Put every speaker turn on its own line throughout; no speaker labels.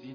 Si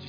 Tu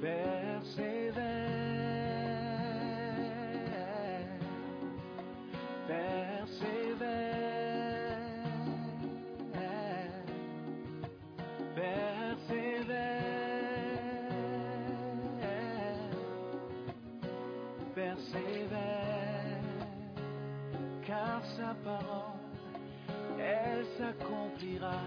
Persévère, persévère, persévère, persévère, car sa parole, elle s'accomplira.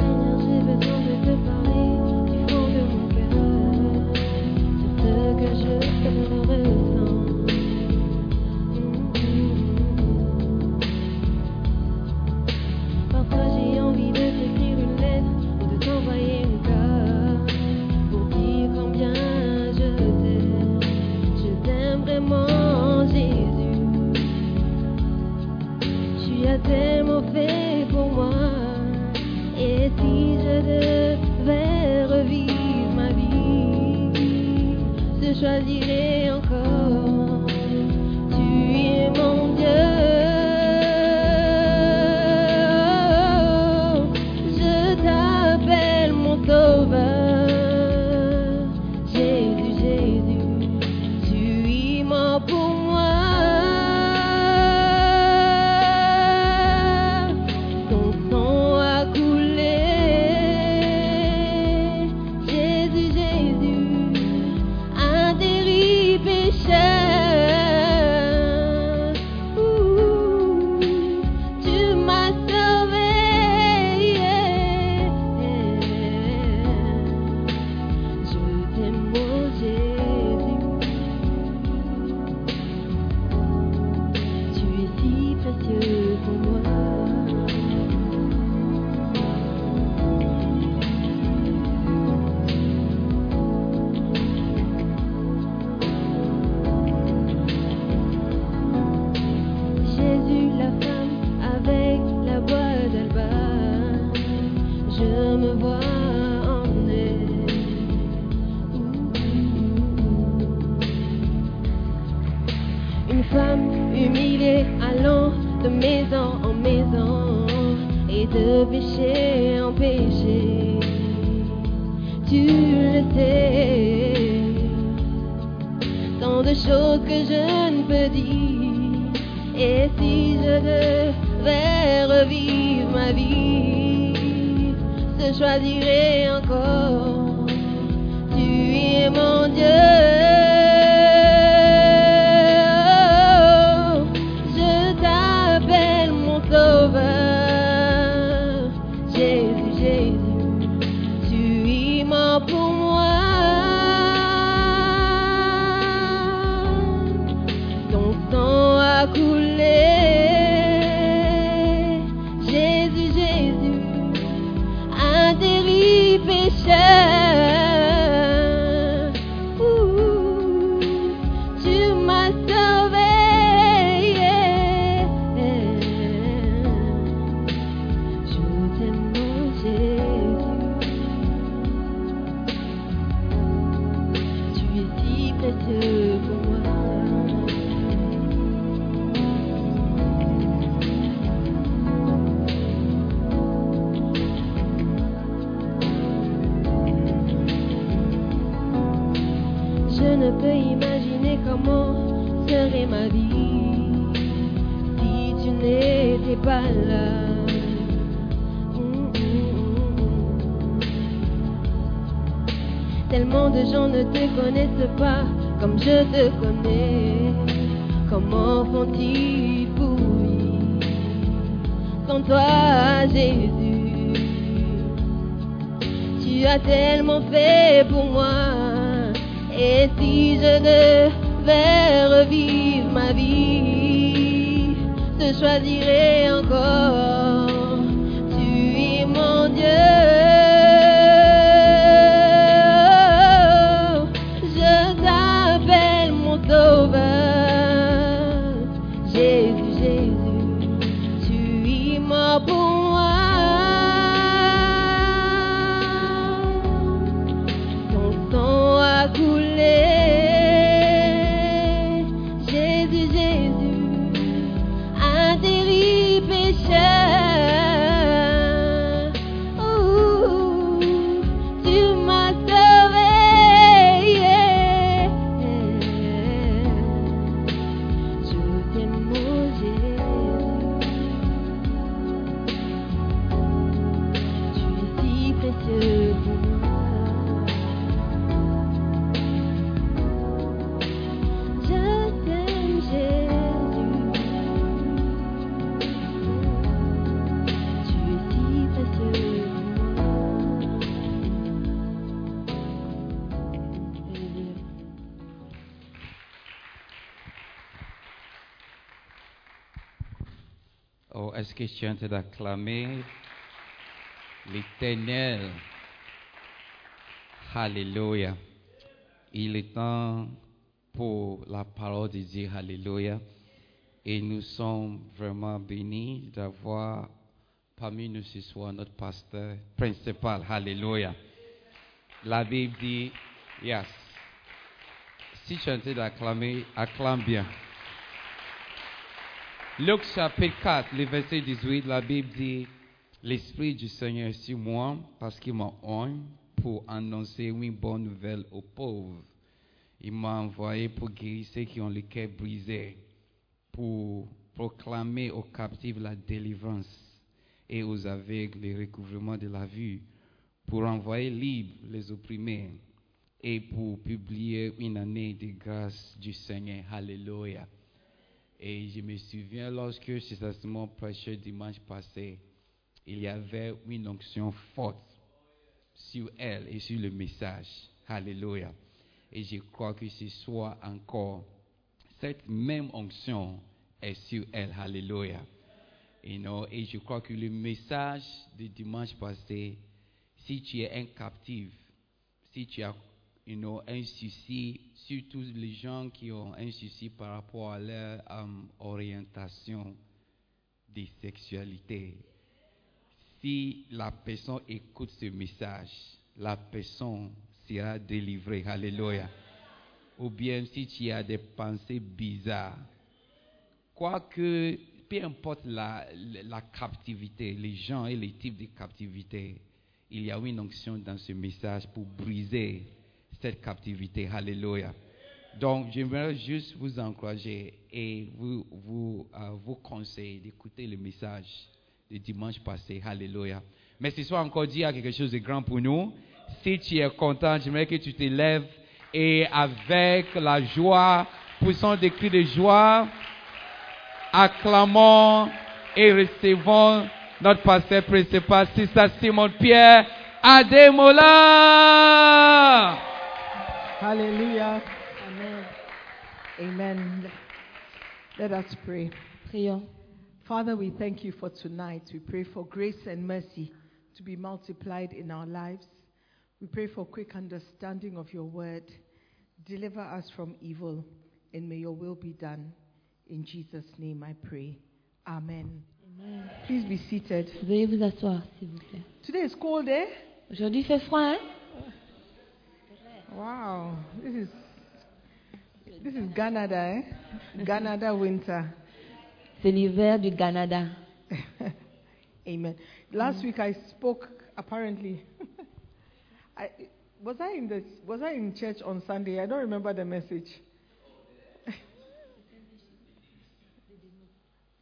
Seigneur, j'ai besoin de te parler du fond de mon cœur. C'est ce que je ressens. Parfois j'ai envie de t'écrire une lettre ou de t'envoyer mon cœur pour dire combien je t'aime. Je t'aime vraiment, Jésus. Tu as tellement fait pour moi. Et si je devais revivre ma vie, je choisirais encore. Tu es mon Dieu. Je t'appelle mon sauveur. Jésus, Jésus. Tu es mort pour moi. Ton sang a coulé. Jésus, Jésus, atterri pécheur. Ouh, Tu m'as sauvé. Je t'aime, mon Jésus. Tu es si précieux pour moi. Jésus, la femme avec la voix d'Alba, je me vois emmener. Une femme humiliée allant de maison en maison et de péché en péché. Tu le sais, tant de choses que je ne peux dire. Et si je devais revivre ma vie, je choisirais encore. Tu es mon Dieu. Je t'appelle mon sauveur. Jésus, Jésus, tu es mort pour moi. Ton sang a coulé. Jésus, Jésus, atterri pécheur. Ouh, Tu m'as sauvé. Je t'aime, mon Jésus. Tu es si précieux pour moi. t'es pas là. Mm, mm, mm. Tellement de gens ne te connaissent pas comme je te connais. Comment font-ils pour vivre sans toi, Jésus Tu as tellement fait pour moi. Et si je devais revivre ma vie, je choisirais encore. Tu es mon Dieu. Je t'appelle mon sauveur. Jésus, Jésus, tu es mort pour moi. Ton sang a coulé. Jésus, Jésus, atterri pécheur. Ouh, tu m'as sauvé. yeah. Je t'aime, mon Jésus. Tu es si précieux pour moi. Je t'aime, Jésus. Tu es si précieux pour moi.
Oh, est-ce que tu es en train d'acclamer l'éternel? Alléluia. Il est temps pour la parole de Dieu. Alléluia. Et nous sommes vraiment bénis d'avoir parmi nous ce soir notre pasteur principal. Alléluia. La Bible dit, yes. Si tu es en train d'acclamer, acclame bien. Luc chapitre 4, le verset 18, la Bible dit L'Esprit du Seigneur est sur moi parce qu'il m'a oint pour annoncer une bonne nouvelle aux pauvres. Il m'a envoyé pour guérir ceux qui ont le cœur brisé, pour proclamer aux captifs la délivrance et aux aveugles le recouvrement de la vue, pour envoyer libres les opprimés et pour publier une année de grâce du Seigneur. Alléluia. Et je me souviens lorsque Sister Simon prêchait dimanche passé, il y avait une onction forte sur elle et sur le message. Alléluia. Et je crois que ce soir encore, cette même onction est sur elle. Alléluia. You know, et je crois que le message de dimanche passé, si tu es un captif, si tu as you know, un souci, surtout les gens qui ont un souci par rapport à leur euh, orientation de sexualité, si la personne écoute ce message, la personne sera délivrée. Alléluia. Ou bien si tu as des pensées bizarres, quoique, peu importe la, la captivité, les gens et les types de captivité, il y a une onction dans ce message pour briser cette captivité. Alléluia. Donc, j'aimerais juste vous encourager et vous, vous, euh, vous conseiller d'écouter le message de dimanche passé. Alléluia. Mais ce soir encore, Dieu a quelque chose de grand pour nous. Si tu es content, j'aimerais que tu te lèves et avec la joie, poussons des cris de joie, acclamons et recevons notre pasteur principal, Sister Simon Pierre Ademola.
Hallelujah.
Amen.
Amen. Let us pray.
Prions.
Father, we thank you for tonight. We pray for grace and mercy to be multiplied in our lives. We pray for quick understanding of your word. Deliver us from evil, and may your will be done. In Jesus' name I pray. Amen.
Amen.
Please be seated.
Veuillez vous asseoir, s'il vous plaît.
Today is cold, eh?
Aujourd'hui, il fait froid, hein?
Wow. This is this is Canada, eh? Canada winter.
C'est l'hiver du Canada.
Amen. Last week I spoke. Apparently, I was I in the was I in church on Sunday. I don't remember the message.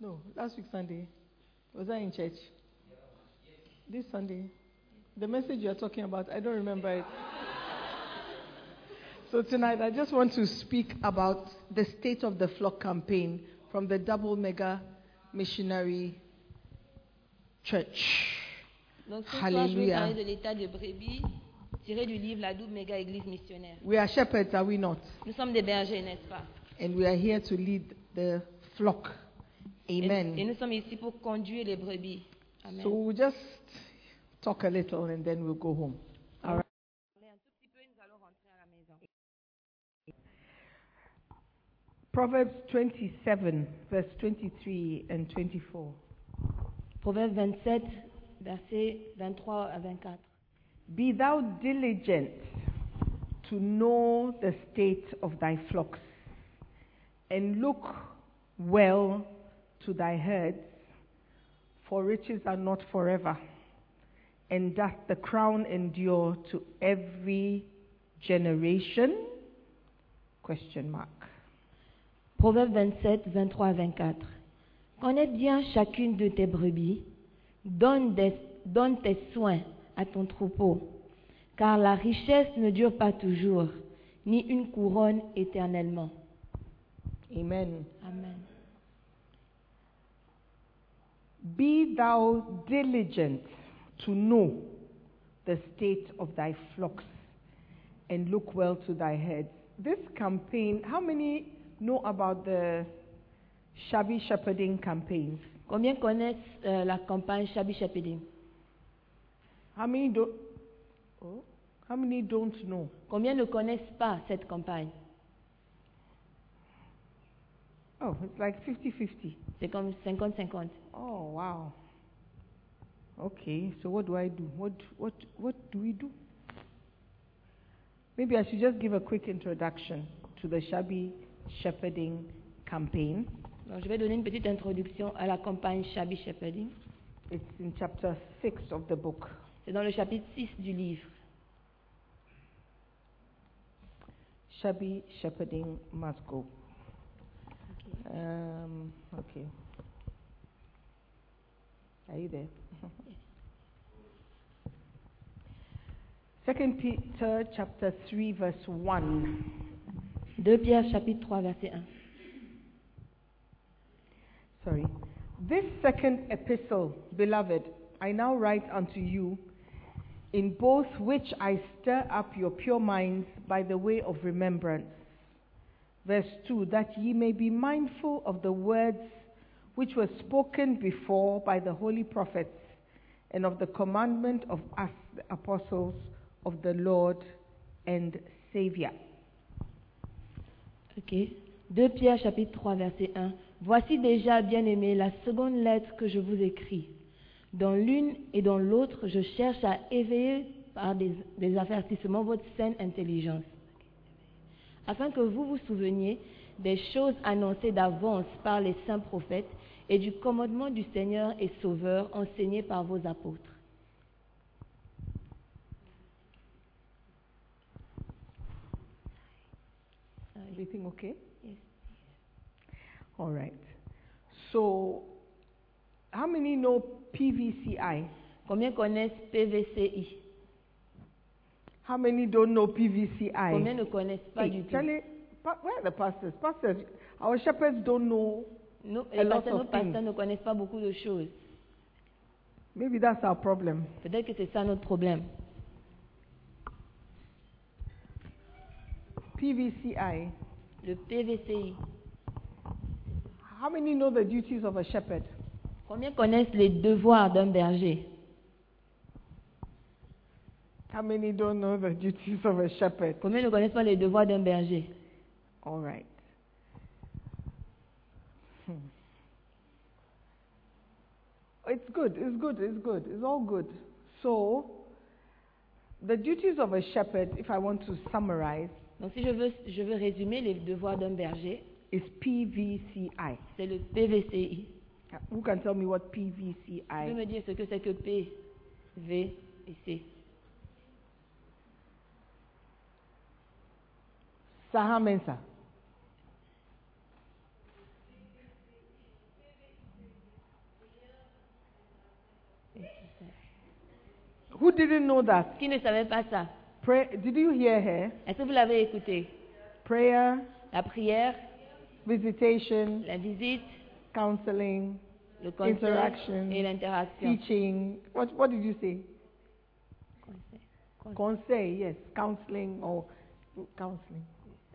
no, last week Sunday. Was I in church? This Sunday? The message you are talking about, I don't remember it. so tonight, I just want to speak about the State of the Flock campaign from the Double Mega Missionary Church.
Donc ce soir, je vais
Hallelujah.
parler de l'état de brebis, tiré du livre La double méga église missionnaire.
We are shepherds, are we not?
Nous sommes des bergers, n'est-ce pas
And we are here to lead the flock.
Et-
Amen.
Et, nous sommes ici pour conduire les brebis. Amen.
So we'll just talk a little and then we'll go home. All right. Proverbs 27, verse 23 and 24.
Proverbe 27, versets 23 à 24.
Be thou diligent to know the state of thy flocks, and look well to thy herds, for riches are not forever, and doth the crown endure to every generation? Question mark.
Proverbe 27, 23 à 24. Connais bien chacune de tes brebis, donne, des- donne tes soins à ton troupeau, car la richesse ne dure pas toujours, ni une couronne éternellement.
Amen.
Amen.
Be thou diligent to know the state of thy flocks and look well to thy herds. This campaign, how many know about the shabby shepherding campaign?
Combien connaissent euh, la campagne Shabi Shapidi
How many don't? Oh, how many don't know?
Combien ne connaissent pas cette campagne
Oh, it's like 50-50.
C'est comme 50-50.
Oh, wow. Okay, so what do I do? What, what, what do we do? Maybe I should just give a quick introduction to the Shabi Shepherding Campaign.
Donc, je vais donner une petite introduction à la campagne Shabi Shapidi.
It's in chapter 6 of the book.
C'est dans le chapitre 6 du livre.
Shabby shepherding must go. Um, okay. Are you there? Second Peter chapter 3 verse 1.
2 Pierre chapitre 3 verset 1.
sorry. This second epistle, beloved, I now write unto you, in both which I stir up your pure minds by the way of remembrance. Verse 2 That ye may be mindful of the words which were spoken before by the holy prophets, and of the commandment of us, the apostles of the Lord and Savior.
Ok. 2 Pierre chapitre 3 verset 1. Voici déjà, bien-aimés, la seconde lettre que je vous écris. Dans l'une et dans l'autre, je cherche à éveiller par des, des avertissements votre saine intelligence, afin que vous vous souveniez des choses annoncées d'avance par les saints prophètes et du commandement du Seigneur et Sauveur enseigné par vos apôtres.
Everything okay?
Yes.
All right. So, how many know PVCI?
Combien connaissent PVCI
How many don't know PVCI?
Combien ne connaissent pas
Hey,
du tout
Charlie, pa- where are the pastors? Pastors, our shepherds don't know.
Nos,
A
les
lot
pasteurs,
of
nos pasteurs
things.
ne connaissent pas beaucoup de choses.
Maybe that's our problem.
Peut-être que c'est ça notre problème.
PVCI.
Le PVCI.
How many know the duties of a shepherd?
Combien connaissent les devoirs d'un berger
How many don't know the duties of a shepherd?
Combien ne connaissent pas les devoirs d'un berger
All right. Hmm. It's good, it's good, it's good, it's all good. So, the duties of a shepherd, if I want to summarize,
Donc si je veux, je veux résumer les devoirs d'un berger,
is PVCI.
c'est le PVCI.
Who can tell me what
Tu peux
PVCI?
me dire ce que c'est que P, V et C
Saha Mensa. Who didn't know that?
Qui ne savait pas ça
Pray, did you hear her?
Est-ce que vous l'avez écouté
Prayer,
La prière,
visitation,
la visite,
counseling,
le conseil
Interaction.
et l'interaction.
teaching. What, what did you say?
Conseil. Conseil.
Conseil, yes, counseling or counseling,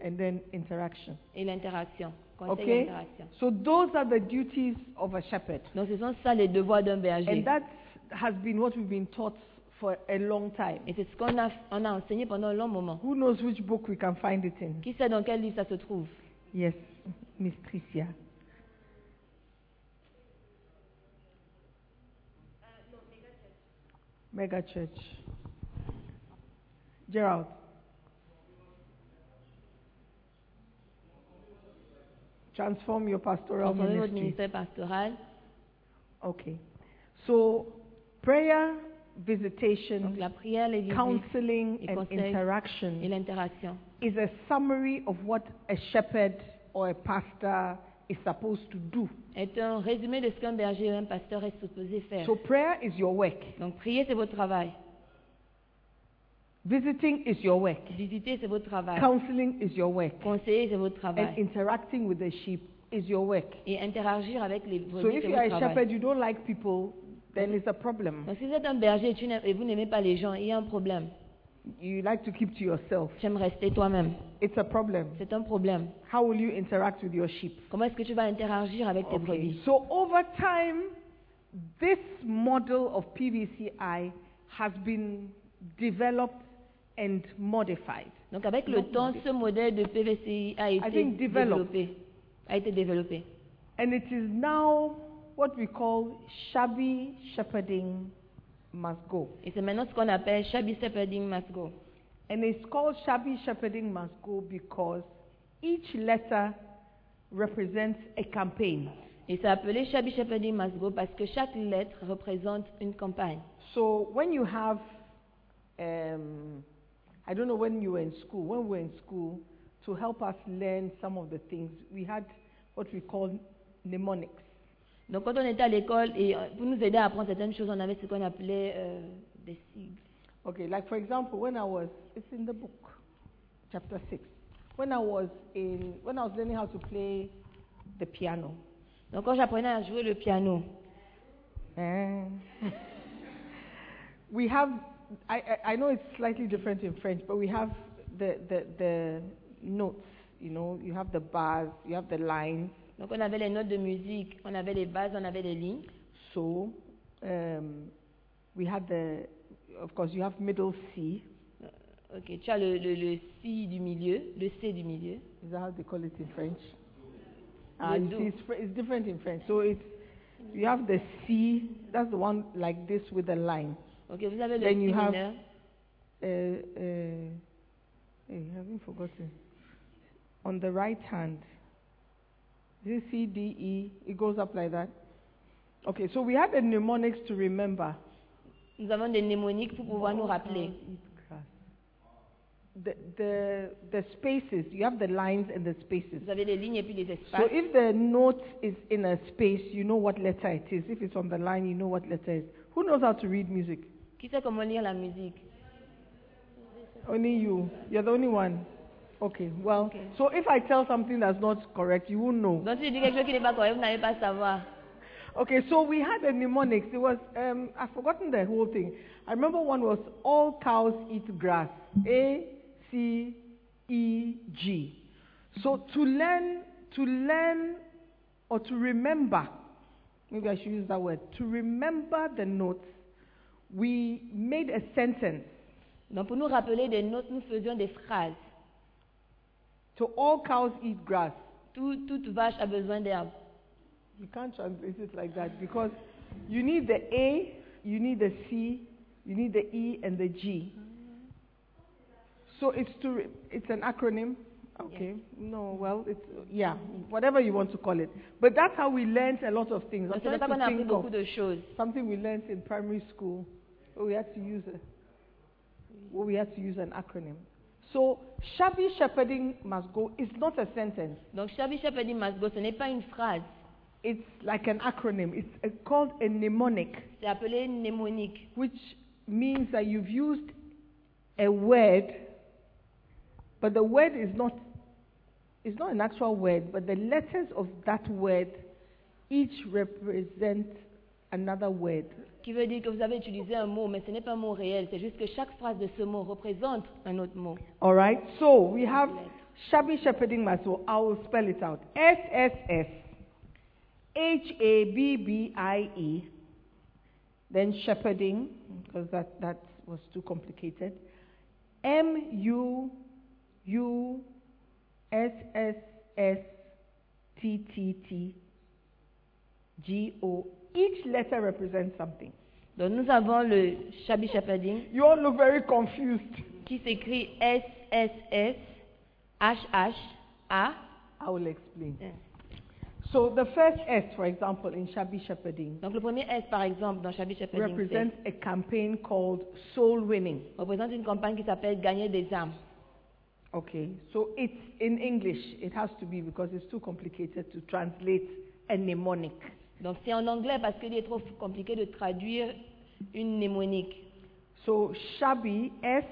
and then interaction.
Et l'interaction. Conseil et
Okay.
l'interaction.
So those are the duties of a shepherd,
Donc ce sont ça les devoirs d'un berger.
and that has been what we've been taught for a long time.
Et c'est ce qu'on a, on a enseigné pendant un long moment.
Who knows which book we can find it in?
Qui sait dans quel livre ça se trouve
Yes, Miss Tricia. Mega church. Gerald. Transform your pastoral
Transformer votre
ministry.
ministère pastoral.
Okay. So, prayer,
Donc
visitation,
la prière, les visites
counseling,
et
and
conseil et
interaction
l'interaction.
is a summary of what a shepherd or a pastor is supposed to do.
Est un résumé de ce qu'un berger ou un pasteur est supposé faire.
So prayer is your work.
Donc prier, c'est votre travail.
Visiting is your work.
Visiter, c'est votre travail.
Counseling is your work.
Conseiller, c'est votre
And
travail.
interacting with the sheep is your work.
Et interagir avec les
So
brebis,
if
c'est
you are
votre
a
travail.
shepherd, you don't like people, then it's a problem.
Donc si vous êtes un berger et, tu n'aimes- et vous n'aimez pas les gens, il y a un problème.
You like to keep to yourself.
Tu aimes rester toi-même.
It's a problem.
C'est un problème.
How will you interact with your sheep?
Comment est-ce que tu vas interagir avec tes
Okay.
brebis
So over time, this model of PVCI has been developed and modified.
Donc avec le temps, ce modèle de PVCI a été
think developed.
développé. A été développé.
And it is now what we call shabby shepherding must go.
Et c'est maintenant ce qu'on appelle Shabby Shepherding Must Go.
And it's called shabby shepherding must go because each letter represents a campaign.
Et c'est appelé Shabby Shepherding Must Go parce que chaque lettre représente une campagne.
So when you have, um, I don't know when you were in school, when we were in school, to help us learn some of the things, we had what we call mnemonics.
Donc quand on était à l'école et euh, pour nous aider à apprendre certaines choses, on avait ce qu'on appelait euh, des sigles.
Okay, like for example, when I was, it's in the book, chapter 6. When I was in, when I was learning how to play the piano,
Donc quand j'apprenais à jouer le piano,
Eh. we have, I, I, I know it's slightly different in French, but we have the, the, the notes, you know, you have the bars, you have the lines.
donc on avait les notes de musique, on avait les bases, on avait les lignes.
So um, we had the, of course, you have middle C.
Euh, Ok, tu as le, le, le si du milieu, le c du milieu.
Is that how they call it in French? Ah,
Le
you
do.
see, it's, fr- it's different in French. So it's, you have the C, that's the one like this with the line.
Ok, vous avez le
Then
si
you have-
mineur.
uh, I haven't forgotten. On the right hand, this C D E, it goes up like that. Okay, so we had the mnemonics to remember.
Nous avons des mnémoniques pour pouvoir nous
All
rappeler.
cows eat grass. The, the, the spaces, you have the lines and the spaces.
Vous avez des lignes et puis des
So
espaces.
if the note is in a space, you know what letter it is. If it's on the line, you know what letter it is. Who knows how to read music?
Qui sait comment lire la musique
Only you. You're the only one. Okay, well, so if I tell something that's not correct, you won't know.
Donc si je dis quelque chose qui n'est pas correct, vous n'allez pas savoir.
Okay, so we had the mnemonics. It was, um, I've forgotten the whole thing. I remember one was all cows eat grass. A, C, E, G. So to learn, to learn or to remember, maybe I should use that word, to remember the notes, we made a sentence.
Donc pour nous rappeler des notes, nous faisions des phrases.
To all cows eat grass.
Tout- toute vache a besoin d'herbe.
You can't translate it like that because you need the A, you need the C, you need the E and the G. So it's to re- it's an acronym. Okay. No, well, it's yeah, whatever you want to call it. But that's how we learned a lot of things.
Donc
I'm
ce n'est
trying
pas qu'on a
to
appris
think
beaucoup
of
de choses.
something we learned in primary school. But we had to use a, well, we had to use an acronym. So shabby shepherding must go. It's not a sentence.
Donc Shabby Shepherding Must Go, ce n'est pas une phrase.
It's like an acronym. It's uh, called a mnemonic,
C'est appelé mnémonique.
which means that you've used a word, but the word is not it's not an actual word, but the letters of that word each represent another word.
Qui veut dire que vous avez utilisé un mot, mais ce n'est pas un mot réel. C'est juste que chaque phrase de ce mot représente un autre mot.
All right. So we have shabby shepherding muscle. I will spell it out. S S S H A B B I E. Then shepherding because that that was too complicated. M U U S S S T T T G O. Each letter represents something.
Donc nous avons le Shabi Shapading
You all look very confused.
qui s'écrit S S S H H A.
I will explain. So the first S, for example, in shabby shepherding.
Donc le premier S par exemple dans Shabi Shapading
represents a campaign called Soul Winning.
représente une campagne qui s'appelle Gagner des âmes.
Okay, so it's in English. It has to be because it's too complicated to translate a mnemonic.
Donc c'est en anglais parce qu'il est trop compliqué de traduire une mnémonique.
So shabby S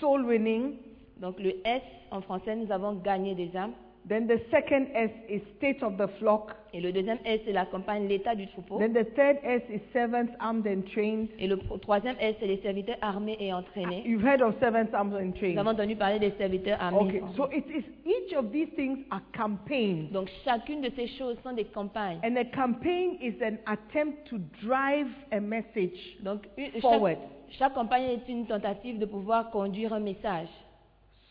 soul winning.
Donc le S en français nous avons Gagner des âmes
Then the second S is state of the flock.
et le deuxième S c'est la campagne L'état du troupeau
Then the third S is servants armed and trained. Ah,
et le pro- troisième S c'est les serviteurs armés et entraînés.
You've heard of servants armed and trained.
Nous avons entendu parler des serviteurs armés.
Okay, so it is each of these things are campaigns.
Donc chacune de ces choses sont des campagnes.
And a campaign is an attempt to drive a message
Donc, une-
forward.
chaque, chaque campagne est une tentative de pouvoir conduire un message.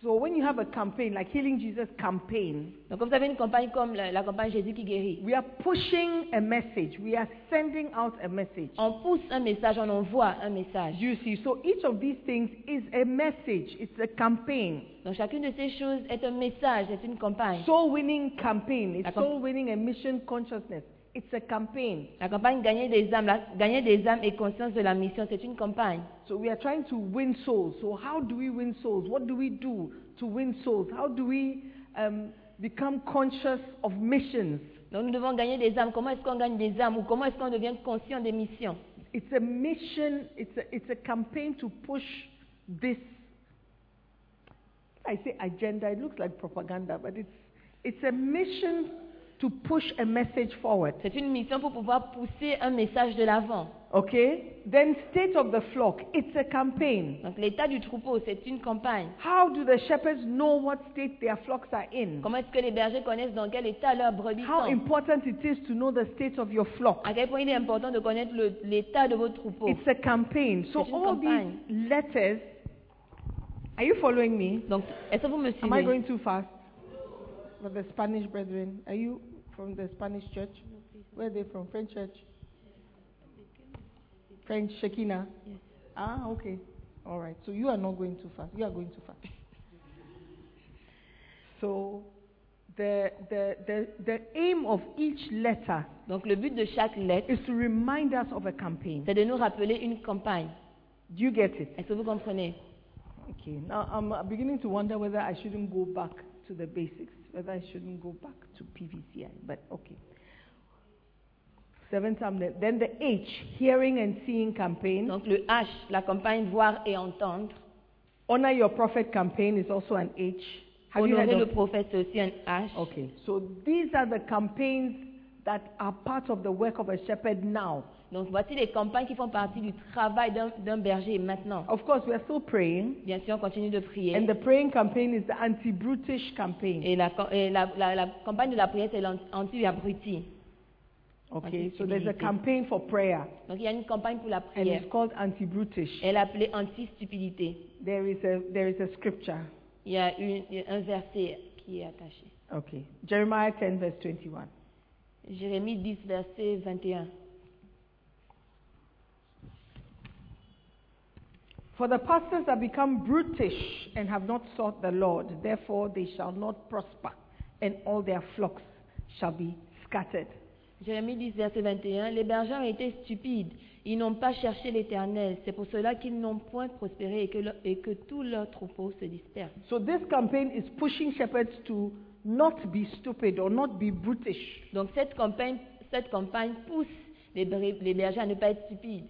So when you have a campaign, like Healing Jesus campaign,
Donc, quand vous avez une campagne comme la, la campagne Jésus qui guérit,
we are pushing a message. We are sending out a message.
on pousse un message, on envoie un message.
You see, so each of these things is a message. It's a campaign.
Donc, chacune de ces choses est un message, c'est une campagne.
Soul winning campaign.
La
It's
com-
soul winning and mission consciousness. It's a campaign.
La campagne Gagner des âmes, la- Gagner des âmes et conscience de la mission, c'est une campagne.
So we are trying to win souls. So how do we win souls? What do we do to win souls? How do we um, become conscious of missions?
Donc, nous devons gagner des âmes. Comment est-ce qu'on gagne des âmes ou comment est-ce qu'on devient conscient des missions
It's a mission, it's a, it's a campaign to push this. I say agenda, it looks like propaganda, but it's, it's a mission to push a message forward.
C'est une mission pour pouvoir pousser un message de l'avant.
Okay? Then, state of the flock, it's a campaign.
Donc, l'état du troupeau, c'est une campagne.
How do the shepherds know what state their flocks are in?
Comment est-ce que les bergers connaissent dans quel état leurs brebis
How
sont
important it is to know the state of your flock.
À quel point il est important de connaître le- l'état de votre troupeau.
It's a campaign. So,
C'est une
all
campagne.
these letters, are you following me?
Donc, est-ce que vous me
Am I
suivez
going too fast? For the Spanish brethren, are you from the Spanish church? Where are they from? French church? French Shekina? Ah, okay. All right. So you are not going too fast. You are going too fast. so the, the, the, the aim of each letter
Donc, le but de chaque lettre,
is to remind us of a campaign.
c'est de nous rappeler une campagne.
Do you get it?
Est-ce que vous comprenez
Okay. Now I'm uh, beginning to wonder whether I shouldn't go back to the basics, whether I shouldn't go back to PVCI. But okay. Seventh time. Then then the H, hearing and seeing campaign.
Donc, le H, la campagne voir et entendre.
Honor your prophet campaign is also an H. Have you heard
Honorer le
of?
prophète, c'est aussi un H.
Okay. So these are the campaigns that are part of the work of a shepherd now.
Donc, voici les campagnes qui font partie du travail d'un- d'un berger maintenant.
Of course, we are still praying,
Bien sûr, on continue de prier.
and the praying campaign is the anti-brutish campaign.
Et la, et la- la- la campagne de la prière, c'est l'an- anti-abruti.
Okay. So there's a
Anti-stupidity.
campaign for prayer,
Donc, il y a une campagne pour la
and
prière.
it's called anti-brutish.
Elle est appelée anti-stupidité.
There is a there is a scripture.
Il y a une- il y a un verset qui est attaché.
Okay. Jeremiah 10 verse 21.
Jérémie 10, verset 21.
For the pastors are become brutish and have not sought the Lord, therefore they shall not prosper, and all their flocks shall be scattered.
Jérémie 10, verset 21. Les bergers ont été stupides. Ils n'ont pas cherché l'Éternel. C'est pour cela qu'ils n'ont point prospéré et que, leur- et que tout leur troupeau se disperse.
So this campaign is pushing shepherds to not be stupid or not be brutish.
Donc cette campagne cette campagne pousse les, bri- les bergers à ne pas être stupides.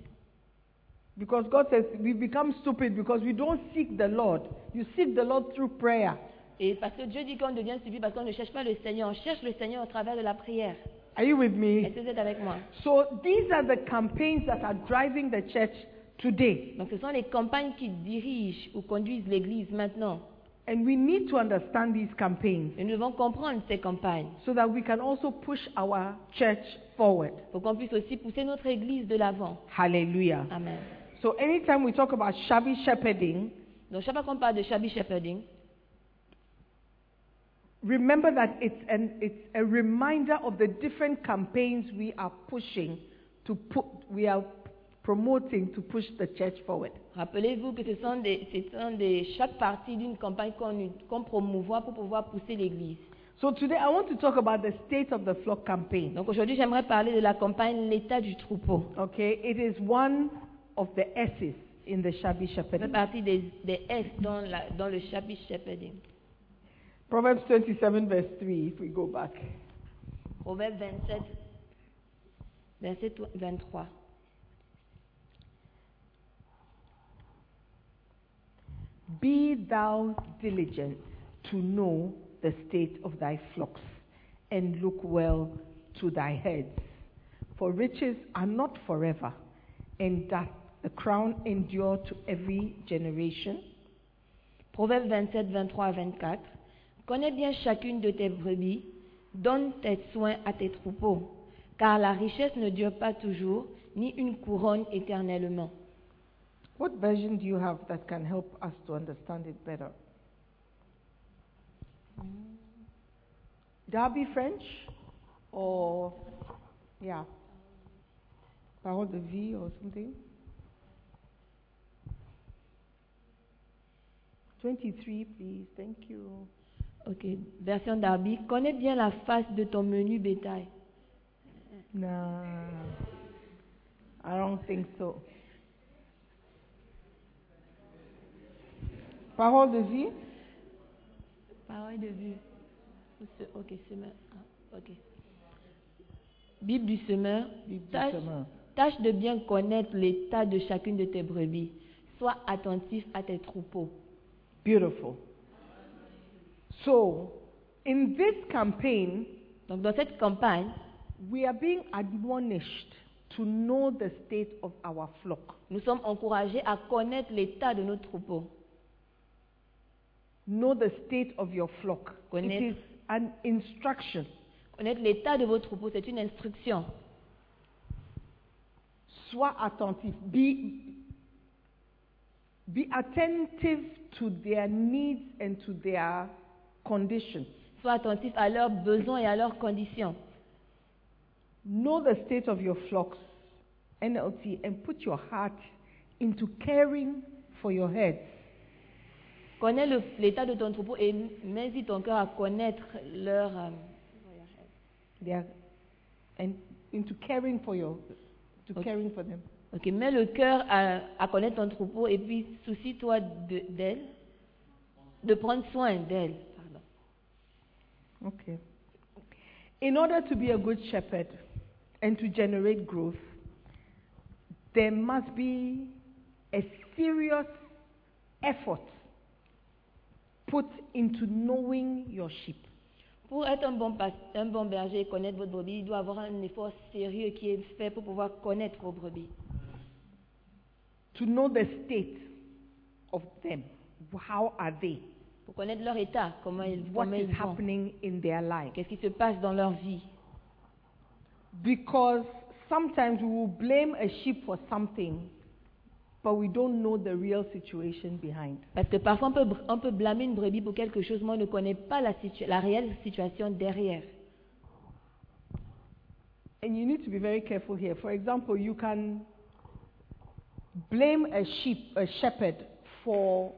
Because God says we become stupid because we don't seek the Lord. You seek the Lord through prayer.
Et parce que Dieu dit qu'on devient stupide parce qu'on ne cherche pas le Seigneur, on cherche le Seigneur au travers de la prière.
Are you with
Est-ce
me?
que vous êtes avec moi
So these are the campaigns that are driving the church today.
Donc ce sont les campagnes qui dirigent ou conduisent l'Église maintenant.
And we need to understand these campaigns
Et nous devons comprendre ces campagnes
so that we can also push our church forward.
pour qu'on puisse aussi pousser notre Église de l'avant.
Hallelujah.
Amen.
So anytime we talk about shabby shepherding,
Donc chaque fois qu'on parle de shabby shepherding,
remember that it's, an, it's a reminder of the different campaigns we are pushing to put, we are promoting to push the church forward.
rappelez-vous que ce sont des, ce sont des- chaque partie d'une campagne qu'on qu'on promouvoit pour pouvoir pousser l'Église.
So today I want to talk about the state of the flock campaign.
Donc aujourd'hui, j'aimerais parler de la campagne L'état du troupeau.
Okay, it is one of the S's in the shabby
Ça fait
shepherding.
partie des, des S dans, la- dans le chapitre shepherding.
Proverbs 27 verse 3, if we go back.
Proverbe 27, verset to- 23.
Be thou diligent to know the state of thy flocks, and look well to thy herds. For riches are not forever, and doth the crown endure to every generation?
Proverbe 27, 23 à 24. Connais bien chacune de tes brebis, donne tes soins à tes troupeaux, car la richesse ne dure pas toujours, ni une couronne éternellement.
What version do you have that can help us to understand it better? Mm. Derby French or, yeah, Parole de Vie or something? 23, please. Thank you.
Ok, version Darby. Connais bien la face de ton menu bétail.
Nah, I don't think so. Parole de Vie?
Parole de vue. Ou ce- Ok, semeur. Ah, ok. Bible du semeur.
Bible du
tâche,
semeur.
tâche de bien connaître l'état de chacune de tes brebis. Sois attentif à tes troupeaux.
Beautiful. So, in this campaign,
Donc dans cette campagne,
we are being admonished to know the state of our flock.
nous sommes encouragés à connaître l'état de nos troupeaux.
Know the state of your flock. It
Connaître.
is an instruction.
Connaître l'état de vos troupeaux, c'est une instruction.
Sois attentif. Be, be attentive to their needs and to their condition.
Sois attentif à leurs besoins et à leurs conditions.
Know the state of your flocks, NLT, and put your heart into caring for your herds.
Connais le- l'état de ton troupeau et mets-y ton cœur à connaître leur... euh,
They are, and into caring for your, to
Okay.
caring for them.
Ok, mets le cœur à, à connaître ton troupeau et puis soucie-toi de- d'elle, de, prendre soin d'elle. pardon.
Okay. In order to be a good shepherd and to generate growth, there must be a serious effort put into knowing your sheep.
Pour être un bon, pas- un bon berger et connaître votre brebis, il doit avoir un effort sérieux qui est fait pour pouvoir connaître vos brebis.
To know the state of them. How are they?
Pour connaître leur état, comment ils,
What
comment
is
ils vont,
happening in their life?
qu'est-ce qui se passe dans leur vie.
Because sometimes we will blame a sheep for something, but we don't know the real situation behind.
Parce que parfois on peut, br- on peut blâmer une brebis pour quelque chose, mais on ne connaît pas la, situa- la réelle situation derrière.
And you need to be very careful here. For example, you can blame a sheep, a shepherd, for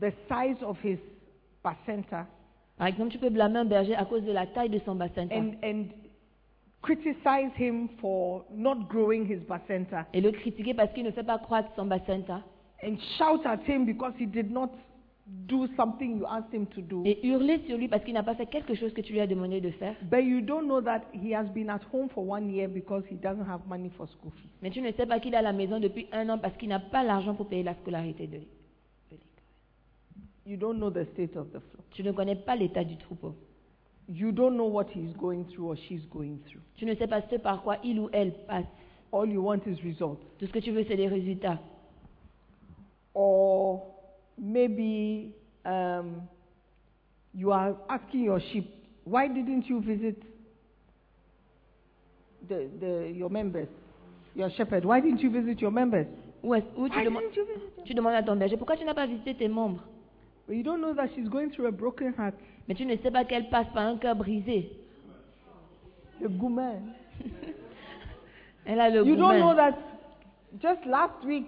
the size of his placenta
Par exemple, tu peux blâmer un berger à cause de la taille de son bassin. de sang.
and, and criticize him for not growing his placenta
et le critiquer parce qu'il ne fait pas croître son bassin. de sang.
and shout at him because he did not do something you asked him to do,
et hurler sur lui parce qu'il n'a pas fait quelque chose que tu lui as demandé de faire.
but you don't know that he has been at home for one year because he doesn't have money for school fees.
Mais tu ne sais pas qu'il est à la maison depuis un an parce qu'il n'a pas l'argent pour payer la scolarité de de l'école.
You don't know the state of the floor.
Tu ne connais pas l'état du troupeau.
You don't know what he's going through or she's going through.
Tu ne sais pas ce par quoi il ou elle passe.
All you want is results.
Tout ce que tu veux, c'est des résultats.
Or maybe um, you are asking your sheep, why didn't you visit the, the, your members, your shepherd? Why didn't you visit your members?
Où, est-ce- où tu,
Why
demandes,
didn't you visit them?
tu demandes à ton berger pourquoi tu n'as pas visité tes membres
But you don't know that she's going through a broken heart.
Mais tu ne sais pas qu'elle passe par un cœur brisé.
The gourmet.
Elle a le
You don't
gourmet.
know that just last week,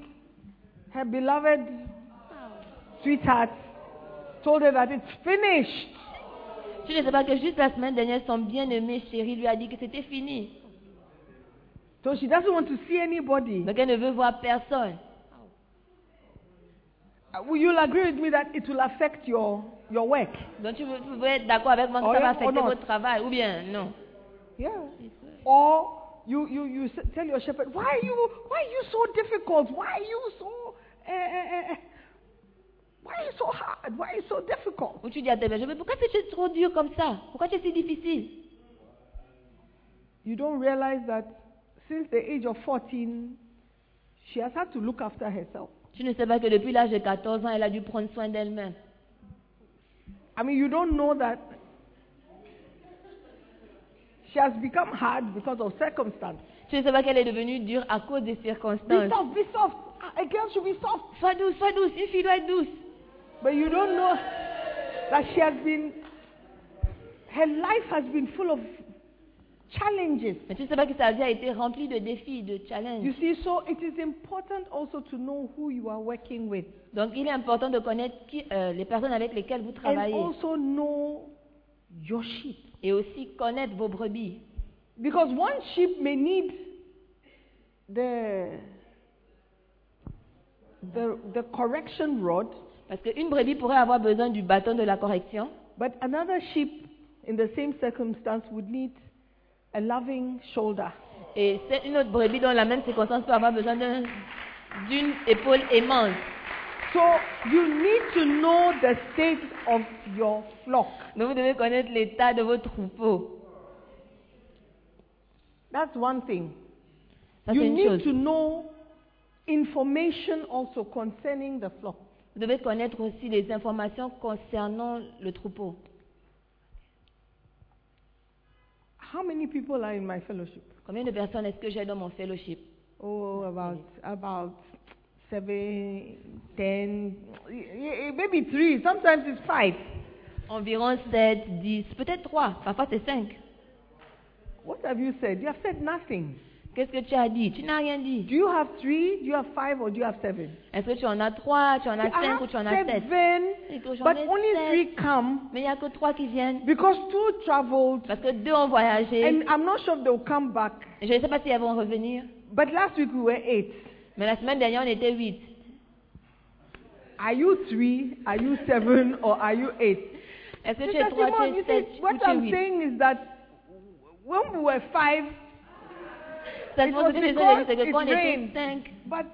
her beloved sweetheart told her that it's finished.
Tu ne sais pas que juste la semaine dernière, son bien-aimé chéri lui a dit que c'était fini.
So she doesn't want to see anybody.
Donc elle ne veut voir personne.
Uh, Will you agree with me that it will affect your, your work?
Donc tu veux, tu veux être d'accord avec moi que
Oh,
ça va
yeah,
affecter
or not.
votre travail ou bien non
Yeah. Or you, you, you s- tell your shepherd, why are you, why are you so difficult? Why are you so, eh, eh, eh, why are you so hard? Why are you so difficult?
Ou tu dis à tes bergers, mais pourquoi est-ce que tu es trop dur comme ça Pourquoi tu es si difficile
You don't realize that since the age of 14, she has had to look after herself.
Tu ne sais pas que depuis l'âge de 14 ans, elle a dû prendre soin d'elle-même.
I mean, you don't know that she has become hard because of circumstance.
Tu ne sais pas qu'elle est devenue dure à cause des
Be
circonstances.
soft, be soft. A girl should be soft.
Sois douce, sois douce, une fille doit être douce.
But you don't know that she has been, her life has been full of challenges.
Mais tu ne sais pas que sa vie a été remplie de défis, de
You
challenges.
see, so it is important also to know who you are working with
Donc il est important de connaître qui, euh, les personnes avec lesquelles vous
and
travaillez
also know your sheep.
et aussi connaître vos brebis.
Because one sheep may need the, the, the correction rod,
Parce qu'une brebis pourrait avoir besoin du bâton de la correction,
but another sheep in the same circumstance would need a loving shoulder.
et c'est une autre brebis dans la même circonstance peut avoir besoin d'un- d'une épaule aimante.
So you need to know the state of your flock.
Donc vous devez connaître l'état de vos troupeaux.
That's one thing.
Ça, c'est
you
une
need
chose.
to know information also concerning the flock.
Vous devez connaître aussi les informations concernant le troupeau.
How many people are in my fellowship?
Combien de personnes est-ce que j'ai dans mon fellowship
Oh, about about seven, ten, y- y- maybe three. Sometimes it's five.
Environ 7, 10, peut-être 3, parfois c'est 5.
What have you said? You have said nothing.
Qu'est-ce que tu as dit Tu n'as rien
Do
dit.
you have three? Do you have five? Or do you have seven?
Est-ce que tu en as 3, tu en as
I
5 ou
have
tu en as 7
seven,
Et que j'en
Ah, but
ai
only
sept.
three come
Mais il n'y a que 3 qui viennent
because two traveled,
parce que 2 ont voyagé.
and I'm not sure if they'll come back.
Je ne sais pas si elles vont revenir.
But last week we were eight.
Mais la semaine dernière, on était 8.
Are you three? Are you seven? Or are you eight?
Est-ce que tu es
Sister
3,
Simone,
tu es
you
7
see,
ou
what
tu es
I'm
8
saying is that when we were five,
Seulement,
It
ce
was
que je
because
veux dire, c'est que
it
quand on était
rained.
5,
But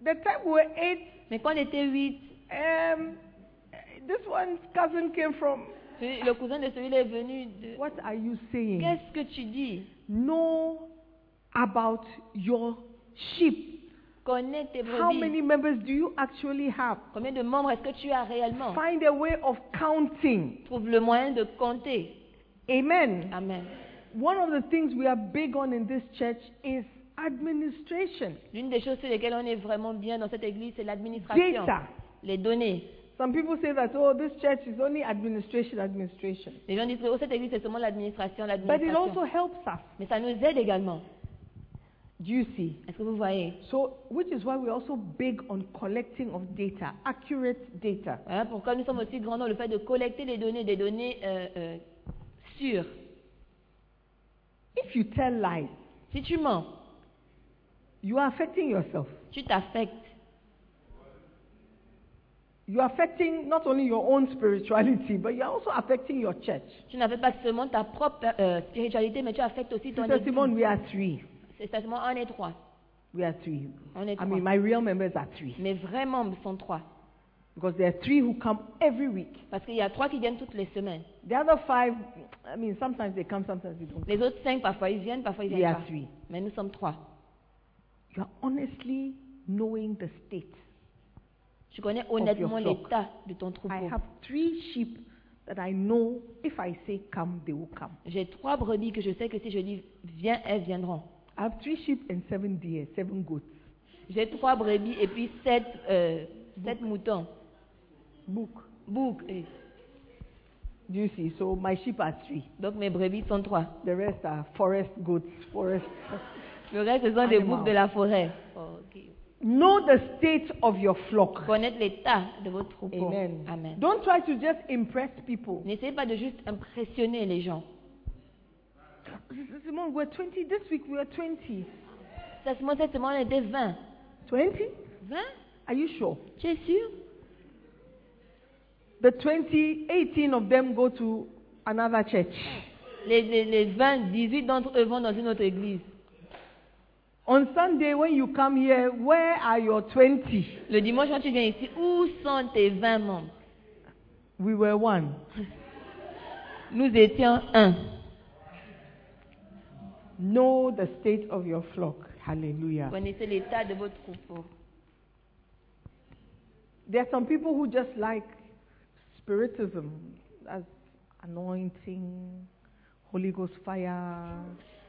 the time we were eight,
mais quand on était 8,
um, this one's cousin came from.
celui- le cousin de celui-là est venu de...
What are you saying?
Qu'est-ce que tu dis
Know about your sheep.
Connais tes
How
brebis.
many members do you actually have?
Combien de membres est-ce que tu as réellement
Find a way of counting.
Trouve le moyen de compter.
Amen.
Amen.
One of the things we are big on in this church is administration.
L'une des choses sur lesquelles on est vraiment bien dans cette église, c'est l'administration.
Data.
Les données.
Some people say that, oh, this church is only administration, administration.
Les gens disent que oh, cette église, c'est seulement l'administration,
But it also
l'administration.
helps us.
Mais ça nous aide également.
Do you see?
Est-ce que vous voyez
So, which is why we're also big on collecting of data, accurate data.
Voilà pourquoi nous sommes aussi grands dans le fait de collecter les données, des données euh, euh, sûres.
If you tell lies,
Si tu mens,
you are affecting yourself.
tu t'affectes.
You're affecting not only your own spirituality, but you're also affecting your church.
Tu n'avais pas seulement ta propre euh, spiritualité, mais tu affectes aussi ton
Sister Simone,
église.
we are three.
C'est seulement un et trois.
We are three.
On est
I
trois.
mean, my real members are three.
Mais vrais membres sont trois.
Because there are three who come every week.
Parce qu'il y a trois qui viennent toutes les semaines.
The other five, I mean, sometimes they come, sometimes they don't.
Les autres cinq, parfois ils viennent, parfois ils
We
viennent
are
pas.
three.
Mais nous sommes trois.
You're honestly knowing the state.
Tu connais honnêtement
flock.
l'état de ton troupeau.
I have three sheep that I know if I say come, they will come.
J'ai trois brebis que je sais que si je dis viens, elles viendront.
I have three sheep and seven deer, seven goats.
J'ai trois brebis et puis sept, euh, sept moutons.
Book.
Bouc. eh.
Do you see? So my sheep are three.
Donc mes brebis sont trois.
The rest are forest goats, forest.
Le reste, ce sont des
Animal.
boucs de la forêt. Ok.
know the state of your flock.
Connaître l'état de votre troupeau.
Amen.
Amen.
Don't try to just impress people.
N'essayez pas de juste impressionner les gens.
Sister Simone, we're 20. This week we are 20.
Ça, moi, cette semaine, on était 20.
20?
20
Are you sure?
Tu es sûr
The 20, 18 of them go to another church.
les, les, les 20, 18 d'entre eux vont dans une autre église.
On Sunday, when you come here, where are your 20?
Le dimanche, quand tu viens ici, où sont tes 20 membres
We were one.
Nous étions un.
Know the state of your flock. Hallelujah.
Connaissez l'état de votre troupeau.
There are some people who just like spiritism as anointing, Holy Ghost fire,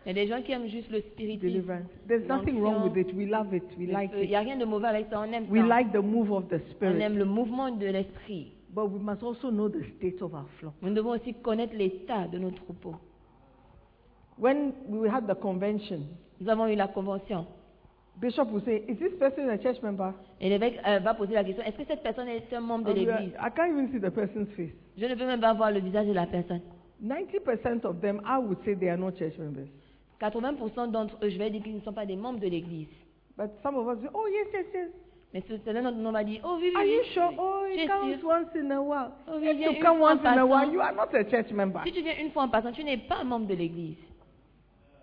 Il y a des gens qui aiment juste le spiritisme.
deliverance. There's nothing wrong with it. We love it. We
le
like
feu. Il n'y
it.
a rien de mauvais avec ça. On aime
We
ça.
like the move of the
On aime
Spirit.
le mouvement de l'esprit.
But we must also know the state of our flock.
Nous devons aussi connaître l'état de nos troupeaux.
When we had the convention,
Nous avons eu la convention.
Bishop would say, Is this person a church member?
Et l'évêque euh, va poser la question, est-ce que cette personne est un membre de
And we are-
l'Église
I can't even see the person's face.
Je ne peux même pas voir le visage de la personne.
90% of them, I would say they are not church members.
80% d'entre eux, je vais dire qu'ils ne sont pas des membres de l'Église.
But some of us say, oh, yes, yes, yes.
Mais ce- certains d'entre nous on va dire, oh oui,
Are
oui,
you
oui,
sure?
oui.
Oh,
Tu es
it comes
sûr.
once in a while.
Oh, oui,
If
viens
you
une
come
fois
once in a
par
while,
an.
you are not a church member.
Si tu viens une fois en passant, tu n'es pas un membre de l'Église.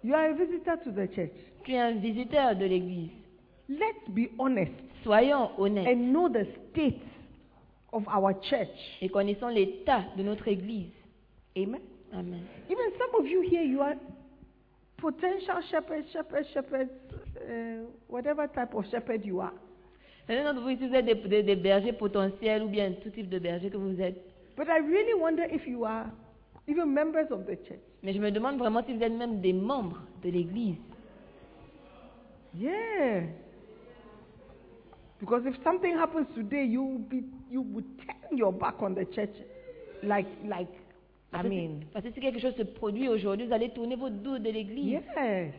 You are a visitor to the church.
Tu es un visiteur de l'Église.
Let's be honest
Soyons honnêtes
and know the state of our church.
et connaissons l'état de notre Église.
Amen.
Amen.
Even some of you here, you are potential shepherds, shepherds, shepherds, uh, whatever type of shepherd you are.
Certains d'entre vous, si vous êtes des, des- des bergers potentiels ou bien tout type de berger que vous êtes,
But I really wonder if you are even members of the church.
mais je me demande vraiment si vous êtes même des membres de l'Église.
Yeah. Because if something happens today, you will be you would turn your back on the church, like like I
Parce que si-
mean
Parce que si quelque chose se produit aujourd'hui, vous allez tourner votre dos de l'église.
yes.